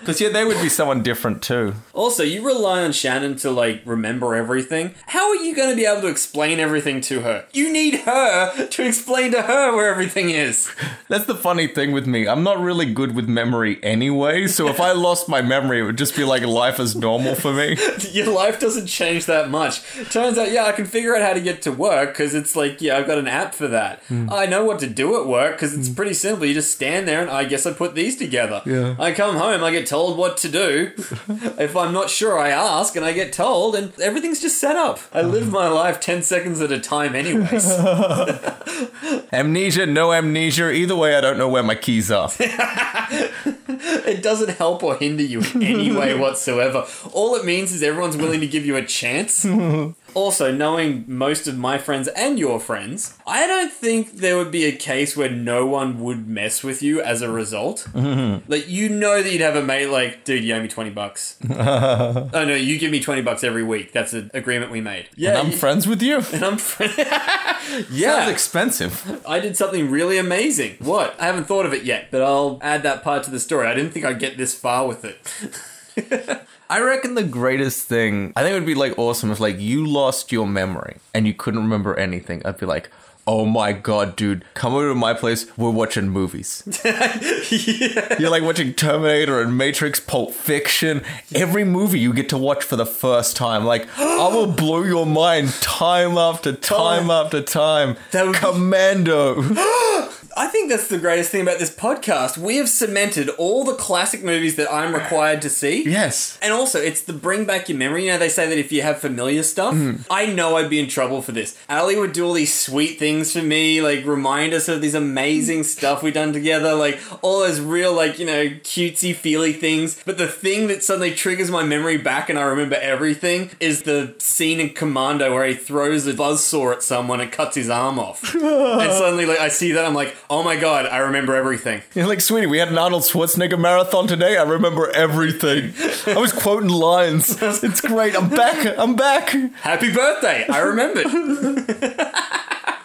Because, yeah, they would be someone different too.
Also, you rely on Shannon to like remember everything. How are you going to be able to explain everything to her? You need her to explain to her where everything is.
That's the funny thing with me. I'm not really good with memory anyway, so if I lost my memory, it would just be like life is normal for me.
Your life doesn't change that much. Turns out, yeah, I can figure out how to get to work because it's like, yeah, I've got an app for that. I know what to do at work because it's pretty simple. You just stand there and I guess I put these together.
Yeah.
I come home, I get told what to do. if I'm not sure, I ask and I get told, and everything's just set up. I live my life 10 seconds at a time, anyways.
Amnesia, no amnesia. Either way, I don't know where my keys are.
It doesn't help or hinder you in any way whatsoever. All it means is everyone's willing to give you a chance. also, knowing most of my friends and your friends, I don't think there would be a case where no one would mess with you as a result. Like, you know that you'd have a mate like, dude, you owe me 20 bucks. oh, no, you give me 20 bucks every week. That's an agreement we made. Yeah.
And I'm
you-
friends with you.
and I'm friend.
Sounds
yeah.
expensive.
I did something really amazing. What? I haven't thought of it yet, but I'll add that part to the story. I didn't think I'd get this far with it.
I reckon the greatest thing, I think it would be like awesome if like you lost your memory and you couldn't remember anything. I'd be like, oh my god, dude, come over to my place. We're watching movies. You're like watching Terminator and Matrix, Pulp Fiction. Every movie you get to watch for the first time. Like, I will blow your mind time after time after time.
That would be-
Commando.
I think that's the greatest thing about this podcast. We have cemented all the classic movies that I'm required to see.
Yes.
And also, it's the bring back your memory. You know, they say that if you have familiar stuff, I know I'd be in trouble for this. Ali would do all these sweet things for me, like remind us of these amazing stuff we've done together, like all those real, like, you know, cutesy feely things. But the thing that suddenly triggers my memory back and I remember everything is the scene in Commando where he throws a buzzsaw at someone and cuts his arm off. and suddenly, like, I see that, I'm like, oh my god, I remember everything.
You're like, sweetie, we had an Arnold Schwarzenegger marathon today. I remember everything. I was quoting lines. It's great. I'm back. I'm back.
Happy birthday! I remembered.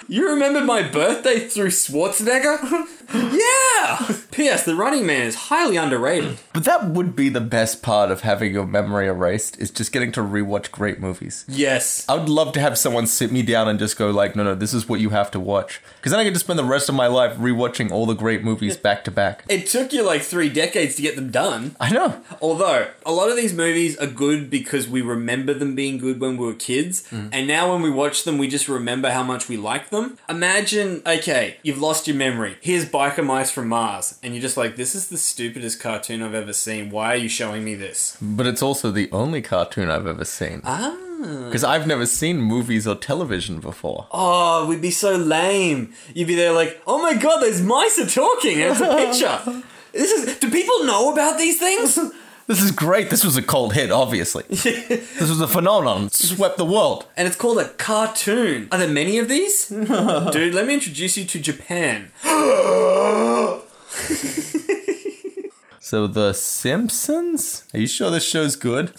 you remembered my birthday through Schwarzenegger? yeah! P.S. The Running Man is highly underrated.
But that would be the best part of having your memory erased is just getting to rewatch great movies.
Yes.
I would love to have someone sit me down and just go like, no, no, this is what you have to watch. Because then I could just spend the rest of my life rewatching all the great movies back to back.
It took you like three decades to get them done.
I know.
Although, a lot of these movies are good because we remember them being good when we were kids, and now when we watch them, we just remember how much we like them. Imagine, okay, you've lost your memory. Here's Biker Mice from Mars, and you're just like, this is the stupidest cartoon I've ever seen. Why are you showing me this?
But it's also the only cartoon I've ever seen.
Ah.
Because I've never seen movies or television before.
Oh, we'd be so lame. You'd be there like, oh my god, those mice are talking, and it's a picture. This is. Do people know about these things?
This is great. This was a cold hit, obviously. this was a phenomenon. It swept the world.
and it's called a cartoon. Are there many of these? Dude, let me introduce you to Japan.
So The Simpsons? Are you sure this show's good?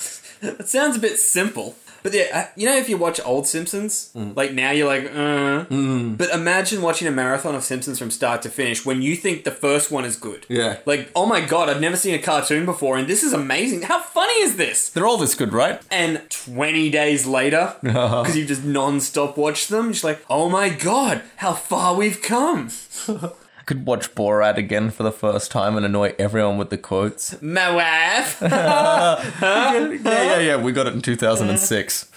That sounds a bit simple. But yeah, uh, you know, if you watch old Simpsons, like now you're like, uh. But imagine watching a marathon of Simpsons from start to finish when you think the first one is good.
Yeah.
Like, oh my god, I've never seen a cartoon before, and this is amazing. How funny is this?
They're all this good, right?
And 20 days later,
Uh-huh.
because you've just non stop watched them, you're just like, oh my god, how far we've come.
I could watch Borat again for the first time and annoy everyone with the quotes.
My wife.
yeah, yeah, yeah. We got it in 2006.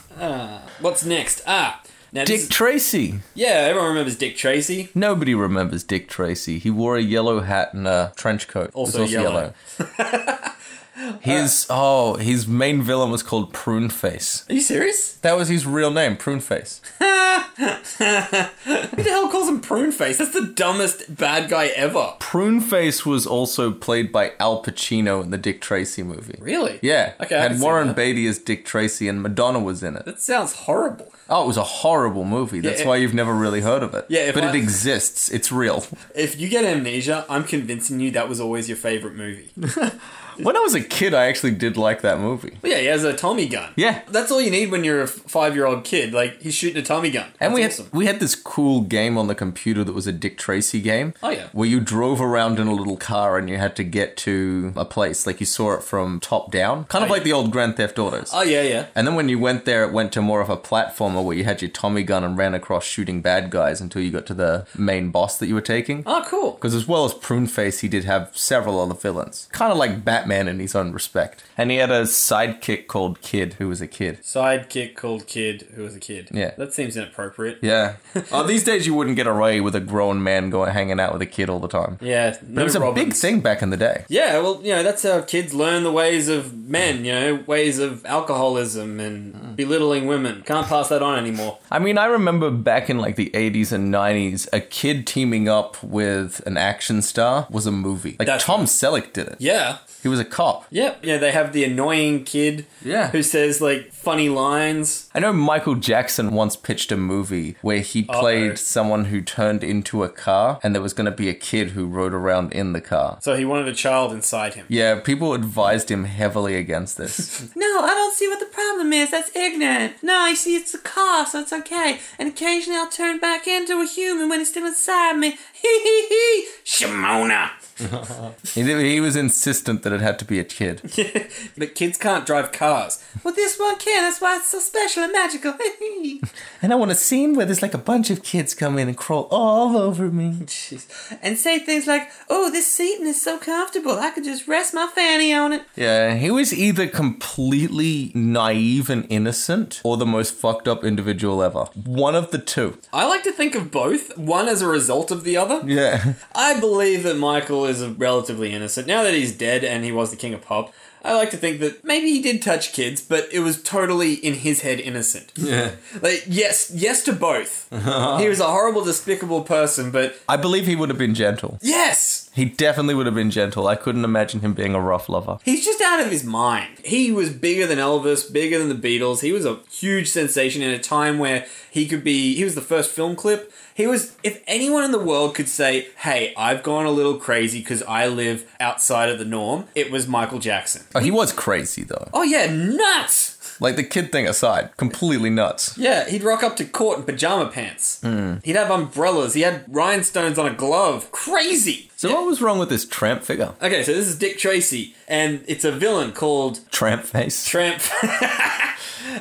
What's next? Ah, now this
Dick
is-
Tracy.
yeah, everyone remembers Dick Tracy.
Nobody remembers Dick Tracy. He wore a yellow hat and a trench coat. It was
Also yellow.
yellow. his oh, his main villain was called Prune Face.
Are you serious?
That was his real name, Prune Face.
Who the hell calls him Prune Face? That's the dumbest bad guy ever.
Prune Face was also played by Al Pacino in the Dick Tracy movie.
Really?
Yeah.
Okay. I can
Had
see
Warren
That.
Beatty as Dick Tracy and Madonna was in it.
that sounds horrible.
Oh, it was a horrible movie. That's
Yeah,
why you've never really heard of it.
Yeah, if
but
I-
it exists. It's real.
If you get amnesia, I'm convincing you that was always your favorite movie.
When I was a kid, I actually did like that movie.
But yeah, he has a Tommy gun.
Yeah.
That's all you need when you're a five year old kid. Like he's shooting a Tommy gun.
And
That's
we had,
awesome.
we had this cool game on the computer that was a Dick Tracy game.
Oh, yeah.
Where you drove around in a little car and you had to get to a place. Like you saw it from top down. Kind of
Oh,
like
yeah.
the old Grand Theft Autos.
Oh yeah, yeah.
And then when you went there, it went to more of a platformer where you had your Tommy gun and ran across shooting bad guys until you got to the main boss that you were taking.
Oh cool.
Because as well as Pruneface, he did have several other villains. Kind of like Batman in his own respect. And he had a sidekick called Kid, who was a kid.
Sidekick called kid who was a kid.
Yeah.
That seems inappropriate.
Yeah. oh, these days you wouldn't get away with a grown man going hanging out with a kid all the time.
Yeah.
But it was a big thing back in the day.
Yeah, well, you know, that's how kids learn the ways of men, you know, ways of alcoholism
Mm.
and belittling women. Can't pass that on anymore.
I mean, I remember back in like the 80s and 90s, a kid teaming up with an action star was a movie. Like
That's
Tom Selleck did it.
Yeah.
He was a cop.
Yep. Yeah, they have the annoying kid
Yeah.
who says, like, funny lines.
I know Michael Jackson once pitched a movie where he played
Uh-oh.
someone who turned into a car and there was going to be a kid who rode around in the car.
So he wanted a child inside him.
Yeah, people advised him heavily against this.
No, I don't see what the problem is. That's ignorant. No, you see, it's a car, so it's okay. And occasionally I'll turn back into a human when it's still inside me. Hee hee hee. Shimona.
he, he was insistent that it had to be a kid.
but kids can't drive cars. Well, this one can. That's why it's so special and magical.
And I want a scene where there's like a bunch of kids come in and crawl all over me.
Jeez. And say things like, "Oh, this seating is so comfortable. I could just rest my fanny on it."
Yeah, he was either completely naive and innocent or the most fucked up individual ever. One of the two.
I like to think of both, one as a result of the other.
Yeah.
I believe that Michael is relatively innocent. Now that he's dead and he was the king of pop, I like to think that maybe he did touch kids, but it was totally in his head innocent.
Yeah.
Like yes, yes to both. he was a horrible, despicable person, but
I believe he would have been gentle.
yes,
He definitely would have been gentle. I couldn't imagine him being a rough lover.
he's just out of his mind. He was bigger than Elvis, bigger than the Beatles. He was a huge sensation in a time where he could be. He was the first film clip. He was. If anyone in the world could say, "Hey, I've gone a little crazy because I live outside of the norm," it was Michael Jackson.
Oh, he was crazy though.
Oh yeah, nuts.
Like the kid thing aside, completely nuts.
Yeah, he'd rock up to court in pajama pants. He'd have umbrellas. He had rhinestones on a glove. Crazy.
So what was wrong with this tramp figure?
Okay, so this is Dick Tracy, and it's a villain called
Tramp face.
Tramp.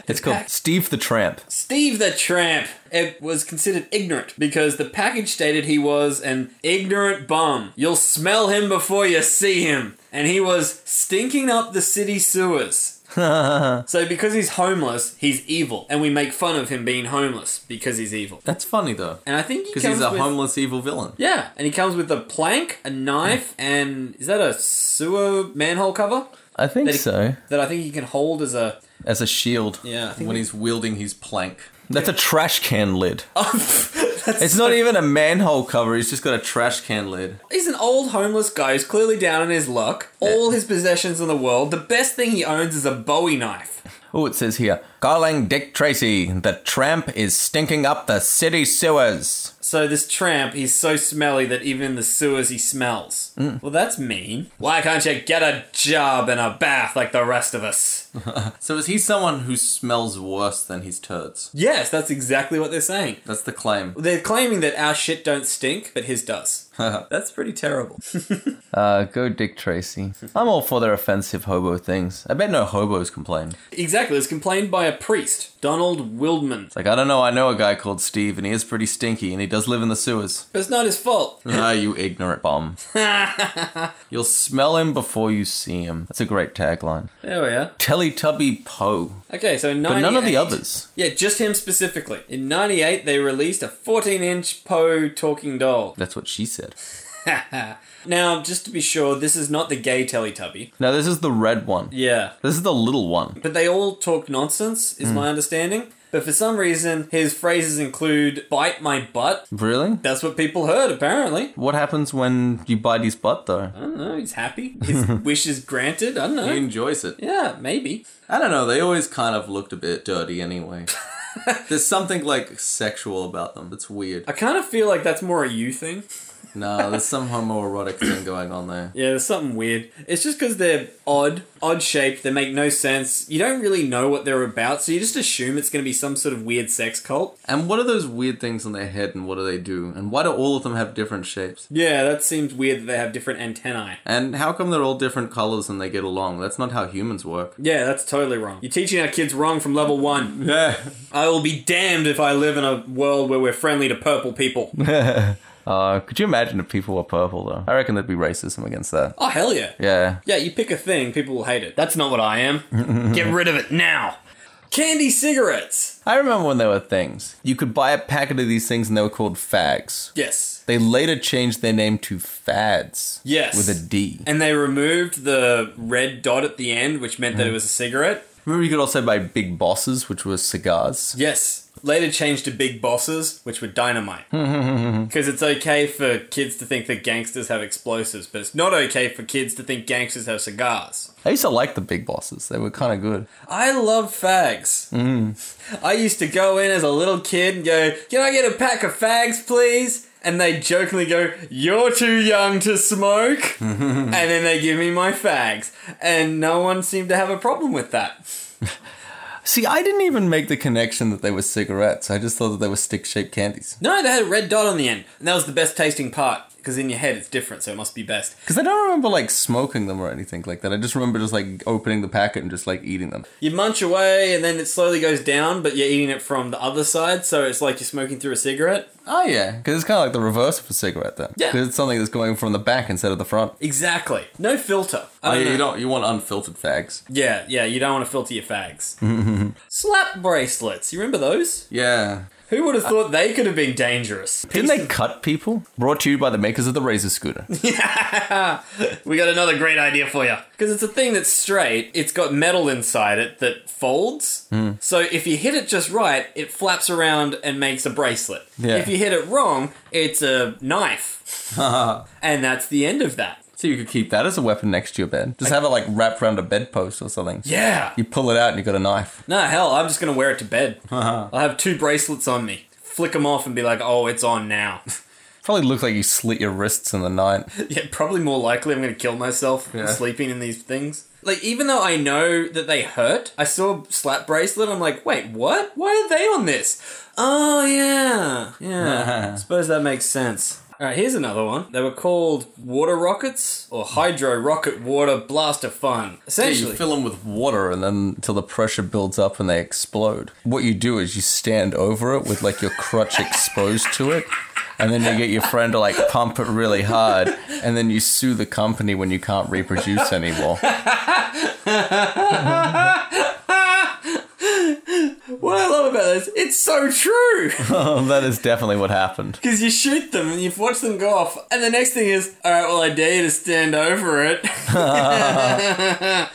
It's called Steve the Tramp.
Steve the Tramp. It was considered ignorant because the package stated he was an ignorant bum. You'll smell him before you see him. And he was stinking up the city sewers. so because he's homeless, he's evil, and we make fun of him being homeless because he's evil.
That's funny though,
And I think he
because he's
comes
a
with-
homeless evil villain.
Yeah, and he comes with a plank, a knife,
Hmm.
and is that a sewer manhole cover
I think
That he- that I think he can hold as a
As a shield.
Yeah, I
when
think we-
he's wielding his plank. That's a trash can lid.
That's-
It's not even a manhole cover. He's just got a trash can lid.
He's an old homeless guy who's clearly down in his luck. All his possessions in the world. The best thing he owns is a Bowie knife.
Oh, it says here, calling Dick Tracy. The tramp is stinking up the city sewers.
So this tramp, he's so smelly that even in the sewers he smells.
Hmm.
Well, that's mean. Why can't you get a job and a bath like the rest of us?
So is he someone who smells worse than his turds?
yes, that's exactly what they're saying.
That's the claim.
They're claiming that our shit don't stink, but his does. that's pretty terrible.
Uh, go Dick Tracy. I'm all for their offensive hobo things. I bet no hobos complain.
Exactly, it's complained by a priest, Donald Wildman.
It's like, I don't know, I know a guy called Steve and he is pretty stinky and he does live in the sewers.
But it's not his fault.
Ah, you ignorant bum. You'll smell him before you see him. That's a great tagline.
There we are.
Teletubby Poe.
Okay, so
But none of the
98.
others.
Yeah, just him specifically. In 98, they released a 14 inch Poe talking doll.
That's what she said.
Now, just to be sure, this is not the gay Teletubby.
No, this is the red one.
Yeah.
This is the little one.
But they all talk nonsense,
Hmm.
is my understanding. But for some reason, his phrases include bite my butt.
Really?
That's what people heard, apparently.
What happens when you bite his butt, though?
I don't know, he's happy. His wish is granted. I don't know.
enjoys it.
Yeah, maybe.
I don't know. They always kind of looked a bit dirty anyway. There's something like sexual about them. It's weird.
I kind of feel like that's more a you thing.
No, there's some homoerotic thing going on there.
Yeah, there's something weird. It's just because they're odd, odd shaped. They make no sense. You don't really know what they're about, so you just assume it's going to be some sort of weird sex cult.
And what are those weird things on their head and what do they do? And why do all of them have different shapes?
Yeah, that seems weird that they have different antennae.
And how come they're all different colors and they get along? That's not how humans work.
Yeah, that's totally wrong. You're teaching our kids wrong from level one.
Yeah.
I will be damned if I live in a world where we're friendly to purple people.
Uh, could you imagine if people were purple though? I reckon there'd be racism against that.
oh, hell yeah.
Yeah.
Yeah, you pick a thing, people will hate it. That's not what I am. Get rid of it now. Candy cigarettes.
I remember when there were things. You could buy a packet of these things and they were called fags.
Yes.
They later changed their name to fads.
Yes.
With a D.
And they removed the red dot at the end, which meant that it was a cigarette.
Remember you could also buy big bosses, which were cigars.
Yes. Later changed to big bosses, which were dynamite. Because it's okay for kids to think that gangsters have explosives, but it's not okay for kids to think gangsters have cigars.
I used to like the big bosses. They were kind of good.
I love fags.
Mm.
I used to go in as a little kid and go, Can I get a pack of fags, please? And they jokingly go, You're too young to smoke. and then they give me my fags. And no one seemed to have a problem with that.
See, I didn't even make the connection that they were cigarettes. I just thought that they were stick-shaped candies.
No, they had a red dot on the end, and that was the best tasting part. because in your head it's different, so it must be best.
Because I don't remember like smoking them or anything like that. I just remember just like opening the packet and just like eating them.
You munch away, and then it slowly goes down, but you're eating it from the other side, so it's like you're smoking through a cigarette.
Oh yeah, because it's kind of like the reverse of a cigarette then.
Yeah.
'Cause it's something that's going from the back instead of the front.
Exactly. No filter.
Oh,
I don't
yeah,
know.
you don't. You want unfiltered fags.
Yeah, yeah, you don't want to filter your fags.
Mm-hmm.
Slap bracelets. You remember those?
Yeah.
Who would have thought they could have been dangerous?
Uh, Didn't they cut people? Brought to you by the makers of the Razor Scooter.
We got another great idea for you. Because it's a thing that's straight, it's got metal inside it that folds.
Hmm.
So if you hit it just right, it flaps around and makes a bracelet.
Yeah.
If you hit it wrong, it's a knife. and that's the end of that.
so you could keep that as a weapon next to your bed. Just have it like wrapped around a bedpost or something.
Yeah.
You pull it out and you got a knife.
No, hell, I'm just going to wear it to bed. I'll have two bracelets on me. Flick them off and be like, oh, it's on now.
Probably look like you slit your wrists in the night.
Yeah, probably more likely I'm going to kill myself
Yeah.
sleeping in these things. Like, even though I know that they hurt, I saw a slap bracelet. I'm like, wait, what? Why are they on this? Oh, yeah. Yeah. I suppose that makes sense. All right, here's another one. They were called water rockets or hydro rocket water blaster fun.
Yeah,
Essentially.
you fill them with water and then until the pressure builds up and they explode. What you do is you stand over it with like your crutch exposed to it. And then you get your friend to like pump it really hard, and then you sue the company when you can't reproduce anymore.
what I love about this, it's so true.
Oh, that is definitely what happened.
Because you shoot them and you've watched them go off, and the next thing is, all right, well, I dare you to stand over it.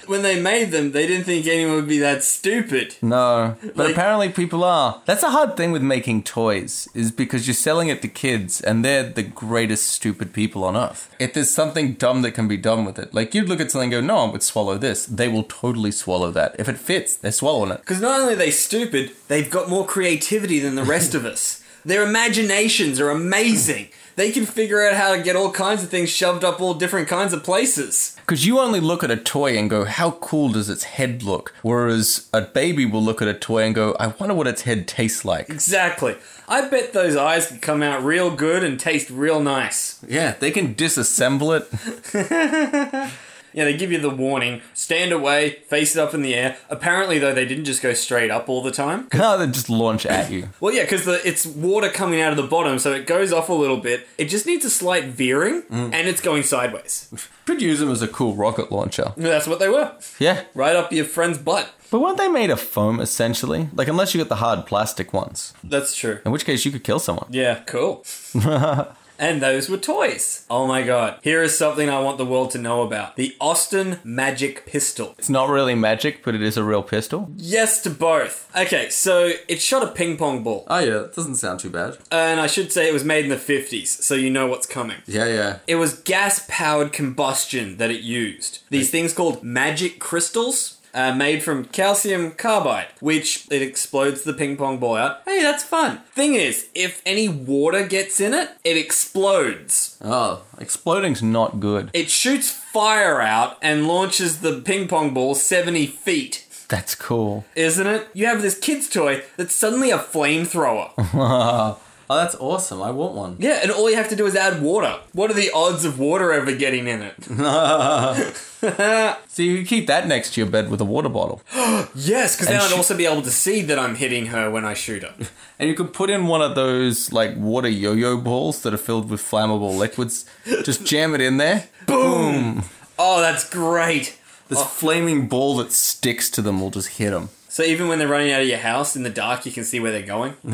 when they made them, they didn't think anyone would be that stupid.
No, but
Like-
apparently people are. That's a hard thing with making toys, is because you're selling it to kids, and they're the greatest stupid people on earth. If there's something dumb that can be done with it, like you'd look at something and go, "No, I would swallow this." They will totally swallow that. If it fits, they're swallowing it.
Because not only are they stupid, they've got more creativity than the rest of us. Their imaginations are amazing. They can figure out how to get all kinds of things shoved up all different kinds of places.
Because you only look at a toy and go, "How cool does its head look?" Whereas a baby will look at a toy and go, "I wonder what its head tastes like."
Exactly. I bet those eyes could come out real good and taste real nice.
Yeah, they can disassemble it.
Yeah, they give you the warning stand away, face it up in the air. Apparently, though, they didn't just go straight up all the time.
no, they just launch at you.
Well, yeah, because it's water coming out of the bottom, so it goes off a little bit. It just needs a slight veering, and it's going sideways.
Could use them as a cool rocket launcher.
That's what they were.
Yeah,
Right up your friend's butt.
But weren't they made of foam essentially? Like, unless you get the hard plastic ones,
That's true.
in which case you could kill someone.
Yeah, cool. and those were toys. Oh my god. Here is something I want the world to know about the Austin Magic Pistol.
It's not really magic, but it is a real pistol.
Yes to both. Okay, so it shot a ping pong ball.
Oh, yeah, that doesn't sound too bad.
And I should say it was made in the 50s, so you know what's coming.
Yeah, yeah.
It was gas powered combustion that it used. These things called magic crystals. Uh, made from calcium carbide, which it explodes the ping pong ball out. Hey, that's fun. Thing is, if any water gets in it, it explodes.
Oh, exploding's not good.
It shoots fire out and launches the ping pong ball 70 feet,
That's cool.
isn't it? You have this kid's toy that's suddenly a flamethrower.
Oh, that's awesome. I want one.
yeah, and all you have to do is add water. What are the odds of water ever getting in it?
So you could keep that next to your bed with a water bottle.
Yes, because then
And
I'd
she-
also be able to see that I'm hitting her when I shoot her.
And you could put in one of those, like, water yo yo balls that are filled with flammable liquids. Just jam it in there.
Oh, that's great.
This flaming ball that sticks to them will just hit them.
So even when they're running out of your house in the dark, you can see where they're going.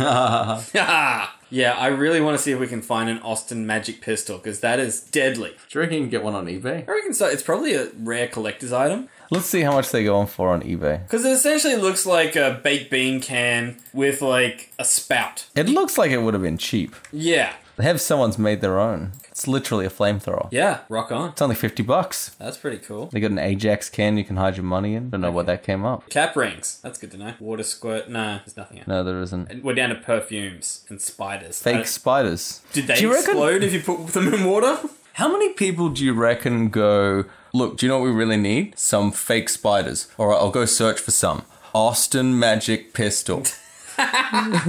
yeah, I really want to see if we can find an Austin Magic pistol because that is deadly.
Do you reckon you can get one on eBay?
I reckon so. It's probably a rare collector's item
Let's see how much they go on for on eBay.
because it essentially looks like a baked bean can with like a spout.
It looks like it would have been cheap.
Yeah,
They have someone's made their own. It's literally a flamethrower.
yeah, rock on.
It's only 50 bucks.
That's pretty cool.
They got an Ajax can you can hide your money in. Don't know where that came up.
Cap rings. That's good to know. Water squirt. No, there's nothing. Else.
No, there isn't.
We're down to perfumes and spiders. I
Fake
don't-
spiders.
uh, Did they
Do you reckon-
explode if you put them in water?
How many people do you reckon go, look, do you know what we really need? Some fake spiders. All right, I'll go search for some. Austin Magic Pistol.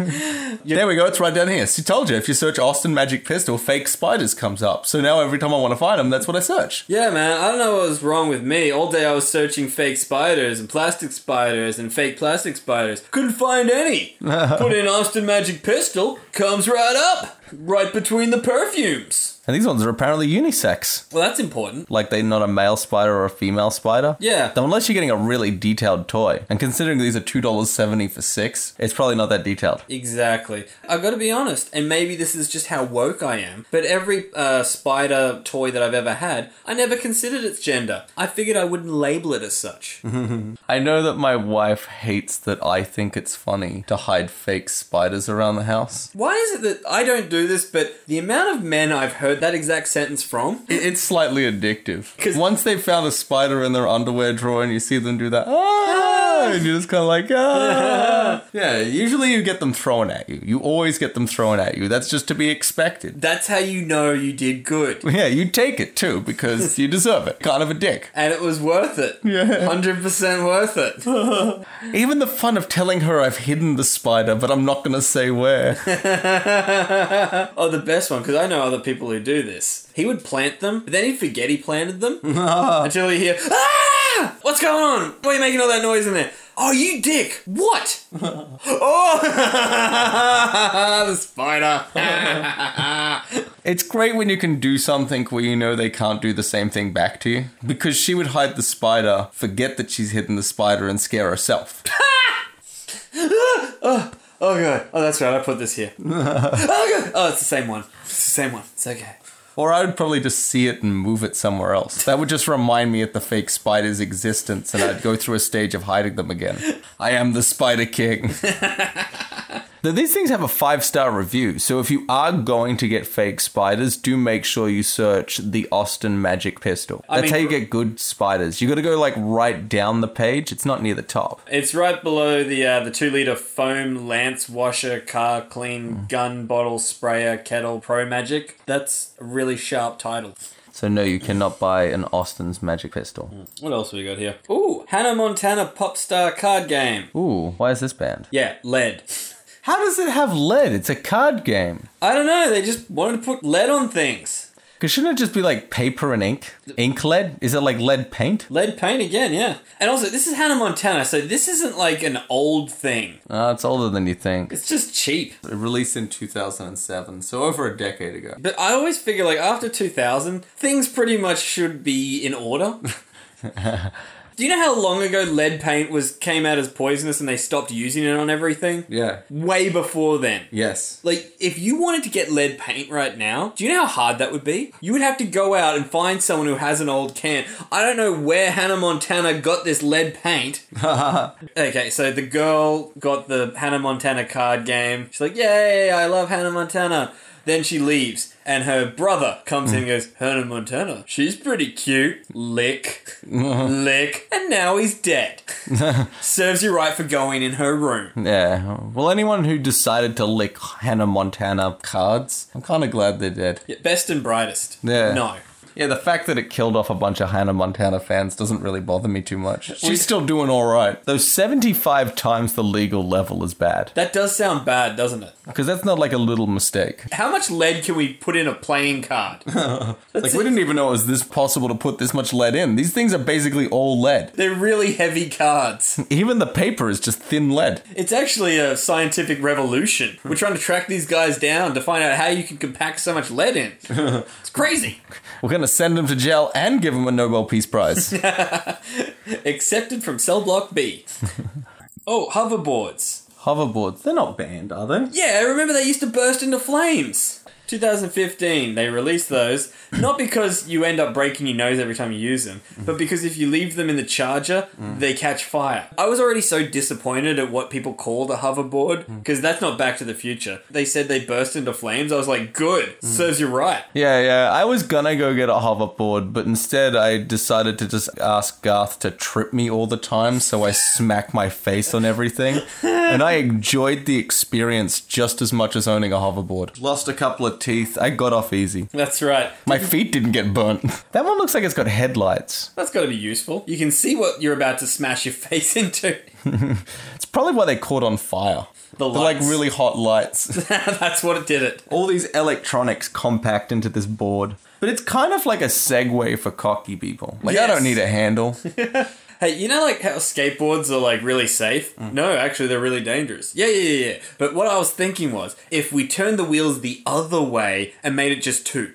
There we go. It's right down here. She told you. If you search Austin Magic Pistol, fake spiders comes up. So now every time I want to find them, that's what I search.
Yeah, man, I don't know what was wrong with me. All day I was searching fake spiders and plastic spiders and fake plastic spiders. Couldn't find any. Put in Austin Magic Pistol, comes right up, right between the perfumes.
And these ones are apparently unisex.
Well, that's important.
Like they're not a male spider or a female spider.
Yeah.
Though unless you're getting a really detailed toy, and considering these are two dollars seventy for six, it's probably not that detailed.
Exactly. I've got to be honest, and maybe this is just how woke I am, but every uh, spider toy that I've ever had, I never considered its gender. I figured I wouldn't label it as such.
I know that my wife hates that I think it's funny to hide fake spiders around the house.
Why is it that I don't do this, but the amount of men I've heard that exact sentence from?
It- It's slightly addictive.
'Cause-
Once they've found a spider in their underwear drawer and you see them do that, ah, and you're just kind of like, ah. yeah, usually you get them thrown at you. You always get them thrown at you. That's just to be expected.
That's how you know you did good.
Yeah, you take it too because you deserve it. Kind of a dick.
and it was worth it.
Yeah.
100% worth it.
Even the fun of telling her I've hidden the spider, but I'm not going to say where.
oh, the best one, because I know other people who do this. He would plant them, but then he'd forget he planted them until he hear, ah! What's going on? Why are you making all that noise in there? Oh, you dick! What? oh! the spider!
It's great when you can do something where you know they can't do the same thing back to you. Because she would hide the spider, forget that she's hidden the spider, and scare herself.
oh, God. Oh, that's right, I put this here. oh, God! Oh, it's the same one. It's the same one. It's okay.
or I would probably just see it and move it somewhere else. That would just remind me of the fake spider's existence, and I'd go through a stage of hiding them again. I am the Spider King. Now, These things have a five star review, so if you are going to get fake spiders, do make sure you search the Austin Magic Pistol. That's
mean-
how you get good spiders. You got to go like right down the page. It's not near the top.
It's right below the uh, the two liter foam lance washer car clean gun bottle sprayer kettle pro magic. That's a really sharp title.
So no, you cannot buy an Austin's Magic Pistol.
What else we got here? Ooh, Hannah Montana pop star card game.
Ooh, why is this banned?
Yeah, lead.
How does it have lead? It's a card game.
I don't know. They just wanted to put lead on things.
Cause shouldn't it just be like paper and ink? Ink lead? Is it like lead paint?
Lead paint again, yeah. And also, this is Hannah Montana, so this isn't like an old thing.
Uh, it's older than you think.
It's just cheap.
Released in 2007, so over a decade ago.
But I always figure like after 2000, things pretty much should be in order. Do you know how long ago lead paint was came out as poisonous and they stopped using it on everything?
Yeah.
Way before then.
Yes.
Like if you wanted to get lead paint right now, do you know how hard that would be? You would have to go out and find someone who has an old can. I don't know where Hannah Montana got this lead paint. Okay, so the girl got the Hannah Montana card game. She's like, Yay, I love Hannah Montana. Then she leaves, and her brother comes in and goes, Hannah Montana, she's pretty cute. Lick, lick, and now he's dead. Serves you right for going in her room.
Yeah. Well, anyone who decided to lick Hannah Montana cards, I'm kind of glad they did.
Yeah, Best and brightest.
Yeah.
No.
Yeah, the fact that it killed off a bunch of Hannah Montana fans doesn't really bother me too much. She's still doing all right. Though 75 times the legal level is bad.
That does sound bad, doesn't it?
Because that's not like a little mistake.
How much lead can we put in a playing card?
Like, we didn't even know it was this possible to put this much lead in. These things are basically all lead.
They're really heavy cards.
Even the paper is just thin lead.
It's actually a scientific revolution. We're trying to track these guys down to find out how you can compact so much lead in. It's crazy.
We're going to send him to jail and give him a Nobel Peace Prize.
Accepted from cell block B. Oh, hoverboards.
Hoverboards, they're not banned, are they?
Yeah, I remember they used to burst into flames. 2015, they released those. Not because you end up breaking your nose every time you use them, but because if you leave them in the charger, they catch fire. I was already so disappointed at what people called a hoverboard,
Hmm.
because that's not Back to the Future. They said they burst into flames. I was like, good,
Hmm.
serves you right.
Yeah, yeah. I was gonna go get a hoverboard, but instead I decided to just ask Garth to trip me all the time, so I smack my face on everything. and I enjoyed the experience just as much as owning a hoverboard. Lost a couple of teeth. I got off easy.
That's right.
My feet didn't get burnt. That one looks like it's got headlights.
That's got to be useful. You can see what you're about to smash your face into.
It's probably why they caught on fire.
The
They're like
lights.
really hot lights.
That's what it did it.
all these electronics compact into this board. But it's kind of like a segue for cocky people. Like, I
Yes.
don't need a handle.
Hey, you know like how skateboards are like really safe? No, actually they're really dangerous. Yeah, yeah, yeah, yeah. But what I was thinking was if we turned the wheels the other way and made it just two.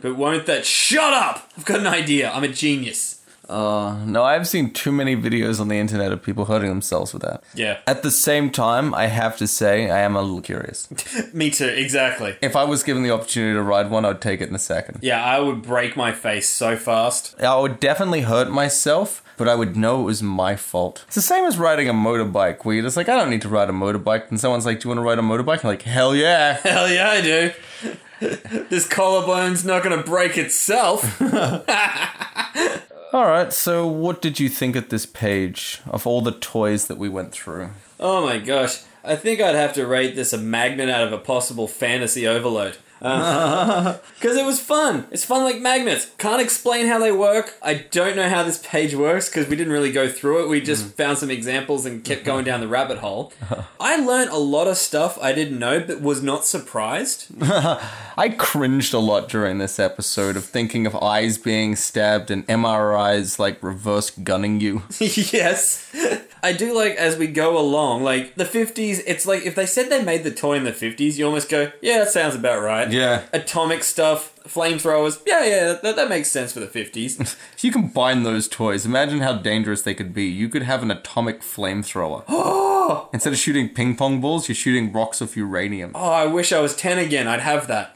but won't that Shut up! I've got an idea. I'm a genius.
Uh, no, I've seen too many videos on the internet of people hurting themselves with that.
Yeah.
At the same time, I have to say, I am a little curious.
Me too, exactly.
If I was given the opportunity to ride one, I'd take it in a second.
Yeah, I would break my face so fast.
I would definitely hurt myself, but I would know it was my fault. It's the same as riding a motorbike, where you're just like, I don't need to ride a motorbike. And someone's like, Do you want to ride a motorbike? I'm like, Hell yeah.
Hell yeah, I do. this collarbone's not gonna break itself.
All right, so what did you think of this page of all the toys that we went through?
Oh my gosh. I think I'd have to rate this a magnet out of a possible fantasy overload. Because it was fun. It's fun like magnets. Can't explain how they work. I don't know how this page works because we didn't really go through it. We just found some examples and kept going down the rabbit hole. I learned a lot of stuff I didn't know but was not surprised.
I cringed a lot during this episode of thinking of eyes being stabbed and MRIs like reverse gunning you.
yes. I do like as we go along, like the 50s, it's like if they said they made the toy in the 50s, you almost go, yeah, that sounds about right.
Yeah.
Atomic stuff, flamethrowers, yeah, yeah, that, that makes sense for the 50s.
If you combine those toys, imagine how dangerous they could be. You could have an atomic flamethrower. Instead of shooting ping pong balls, you're shooting rocks of uranium.
oh, I wish I was 10 again, I'd have that.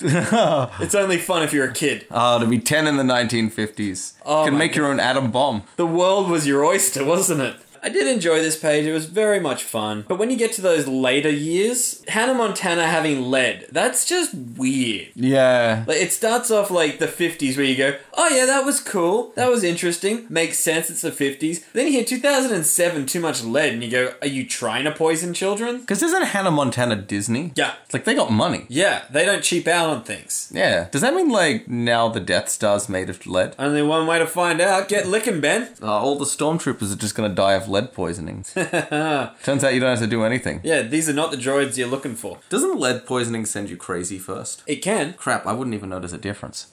it's only fun if you're a kid.
Ah, to be 10 in the 1950s. you can
my
make your own atom bomb.
The world was your oyster, wasn't it? I did enjoy this page, it was very much fun. But when you get to those later years, Hannah Montana having lead, that's just weird.
Yeah.
Like it starts off like the 50s where you go, "Oh yeah, that was cool. That was interesting. Makes sense. It's the 50s." Then you hear 2007 too much lead and you go, "Are you trying to poison children?"
Because isn't Hannah Montana Disney?
Yeah.
It's like they got money.
Yeah, they don't cheap out on things.
Yeah. Does that mean like now the Death Star's made of lead?
Only one way to find out. Get licking, Ben.
Uh, all the stormtroopers are just gonna die of lead poisoning. Turns out you don't have to do anything.
Yeah, these are not the droids you're looking for.
Doesn't lead poisoning send you crazy first?
It can.
Crap, I wouldn't even notice a difference.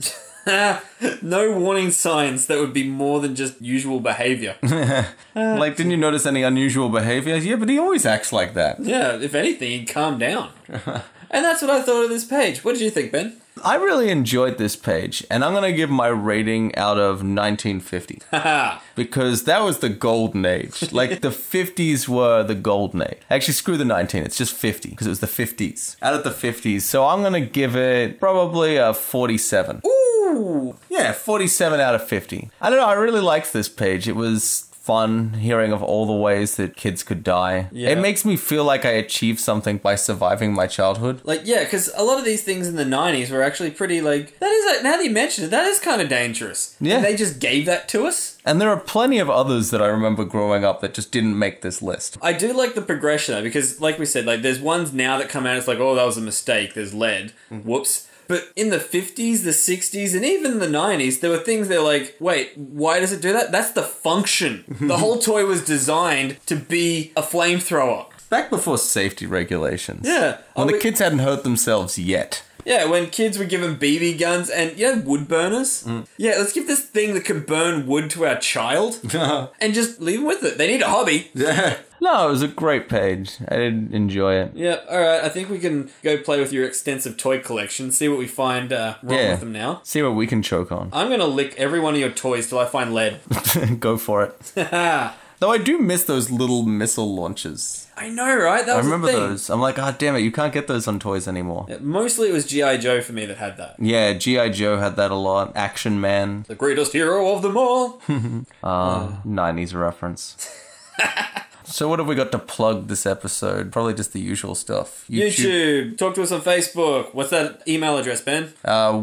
no warning signs that would be more than just usual behavior.
like, didn't you notice any unusual behavior? Yeah, but he always acts like that.
yeah, if anything, he'd calm down. and that's what I thought of this page. What did you think, Ben?
I really enjoyed this page, and I'm gonna give my rating out of 1950. because that was the golden age. Like the 50s were the golden age. Actually, screw the 19. It's just 50 because it was the 50s. Out of the 50s, so I'm gonna give it probably a 47.
Ooh.
Yeah, 47 out of 50. I don't know. I really liked this page. It was fun hearing of all the ways that kids could die.
Yeah.
It makes me feel like I achieved something by surviving my childhood.
Like, yeah, because a lot of these things in the 90s were actually pretty, like, that is, like, now that you mention it, that is kind of dangerous.
Yeah.
They just gave that to us.
And there are plenty of others that I remember growing up that just didn't make this list.
I do like the progression, though, because, like we said, like, there's ones now that come out, it's like, oh, that was a mistake, there's lead,
Mm-hmm.
whoops. But in the 50s, the 60s, and even the 90s, there were things that were like, wait, why does it do that? That's the function. the whole toy was designed to be a flamethrower.
Back before safety regulations.
Yeah.
When
Oh,
the
we-
kids hadn't hurt themselves yet.
Yeah, when kids were given BB guns and you know wood burners.
Mm.
Yeah, let's give this thing that can burn wood to our child and just leave them with it. They need a hobby.
No, it was a great page. I did enjoy it.
Yeah, all right. I think we can go play with your extensive toy collection. See what we find uh, wrong
Yeah.
with them now.
See what we can choke on.
I'm gonna lick every one of your toys till I find lead.
Go for it. Though I do miss those little missile launches.
I know, right? That
I
was
remember
a thing.
those. I'm like, ah, damn it, you can't get those on toys anymore.
Mostly it was GI Joe for me that had that.
Yeah, G.I. Joe had that a lot. Action Man,
The greatest hero of them all.
90s reference. So what have we got to plug this episode? Probably just the usual stuff.
YouTube. Talk to us on Facebook. What's that email address, Ben?
uh,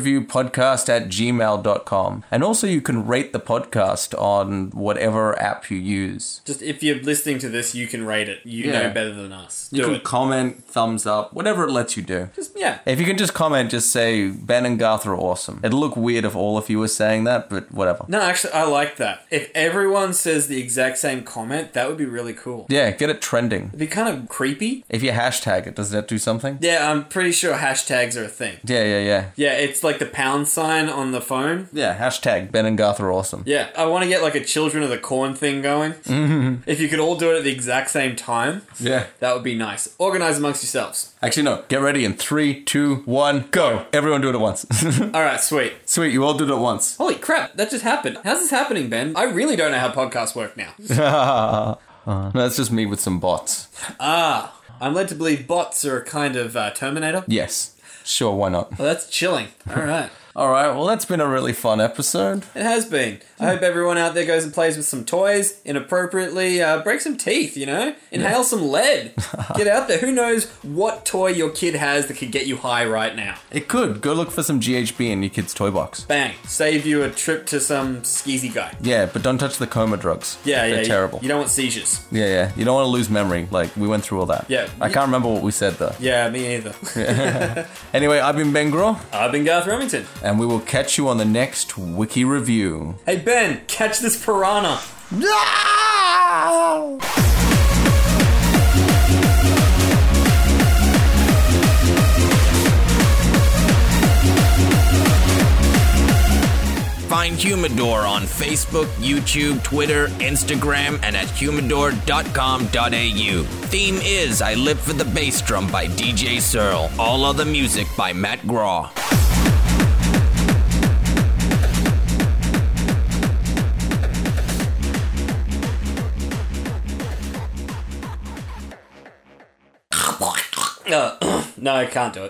wikireviewpodcast at gmail.com. And also you can rate the podcast on whatever app you use.
Just if you're listening to this, you can rate it. You
Yeah.
know better than us.
You
Do
can
it.
comment, thumbs up, whatever it lets you do.
Just yeah.
If you can just comment, just say Ben and Garth are awesome. It'd look weird if all of you were saying that, but whatever.
No, actually, I like that. If everyone says the exact same comment, that would be really cool.
Yeah, get it trending.
It'd be kind of creepy.
If you hashtag it, does that do something?
Yeah, I'm pretty sure hashtags are a thing.
Yeah, yeah, yeah.
Yeah, it's like the pound sign on the phone.
Yeah, hashtag Ben and Garth are awesome.
Yeah, I want to get like a Children of the Corn thing going. Mm-hmm. If you could all do it at the exact same time,
Yeah.
that would be nice. Organize amongst yourselves.
Actually, no. Get ready in three, two, one, go. Everyone do it at once.
All right, sweet.
Sweet, you all did it at once.
Holy crap, that just happened. How's this happening, Ben? I really don't know how podcasts work now.
Uh, no, that's just me with some bots.
Ah, I'm led to believe bots are a kind of uh, Terminator.
Yes. Sure, why not?
Well, that's chilling. All right.
All right, well, that's been a really fun episode.
It has been. I hope everyone out there goes and plays with some toys inappropriately. Uh, break some teeth, you know? Inhale some lead. get out there. Who knows what toy your kid has that could get you high right now?
It could. Go look for some GHB in your kid's toy box.
Bang. Save you a trip to some skeezy guy.
Yeah, but don't touch the coma drugs.
Yeah,
They're
yeah. you-
terrible.
You don't want seizures.
yeah, yeah. You don't want to lose memory. Like, we went through all that.
Yeah.
I can't remember what we said, though.
Yeah, me either.
Anyway, I've been Ben Graw,
I've been Garth Remington.
and we will catch you on the next Wiki Review.
Hey, Ben, catch this piranha.
Find Humidor on Facebook, YouTube, Twitter, Instagram, and at humidor.com.au. Theme is I Live for the Bass Drum by DJ Searle. All other music by Matt Graw.
Uh, no, I can't do it.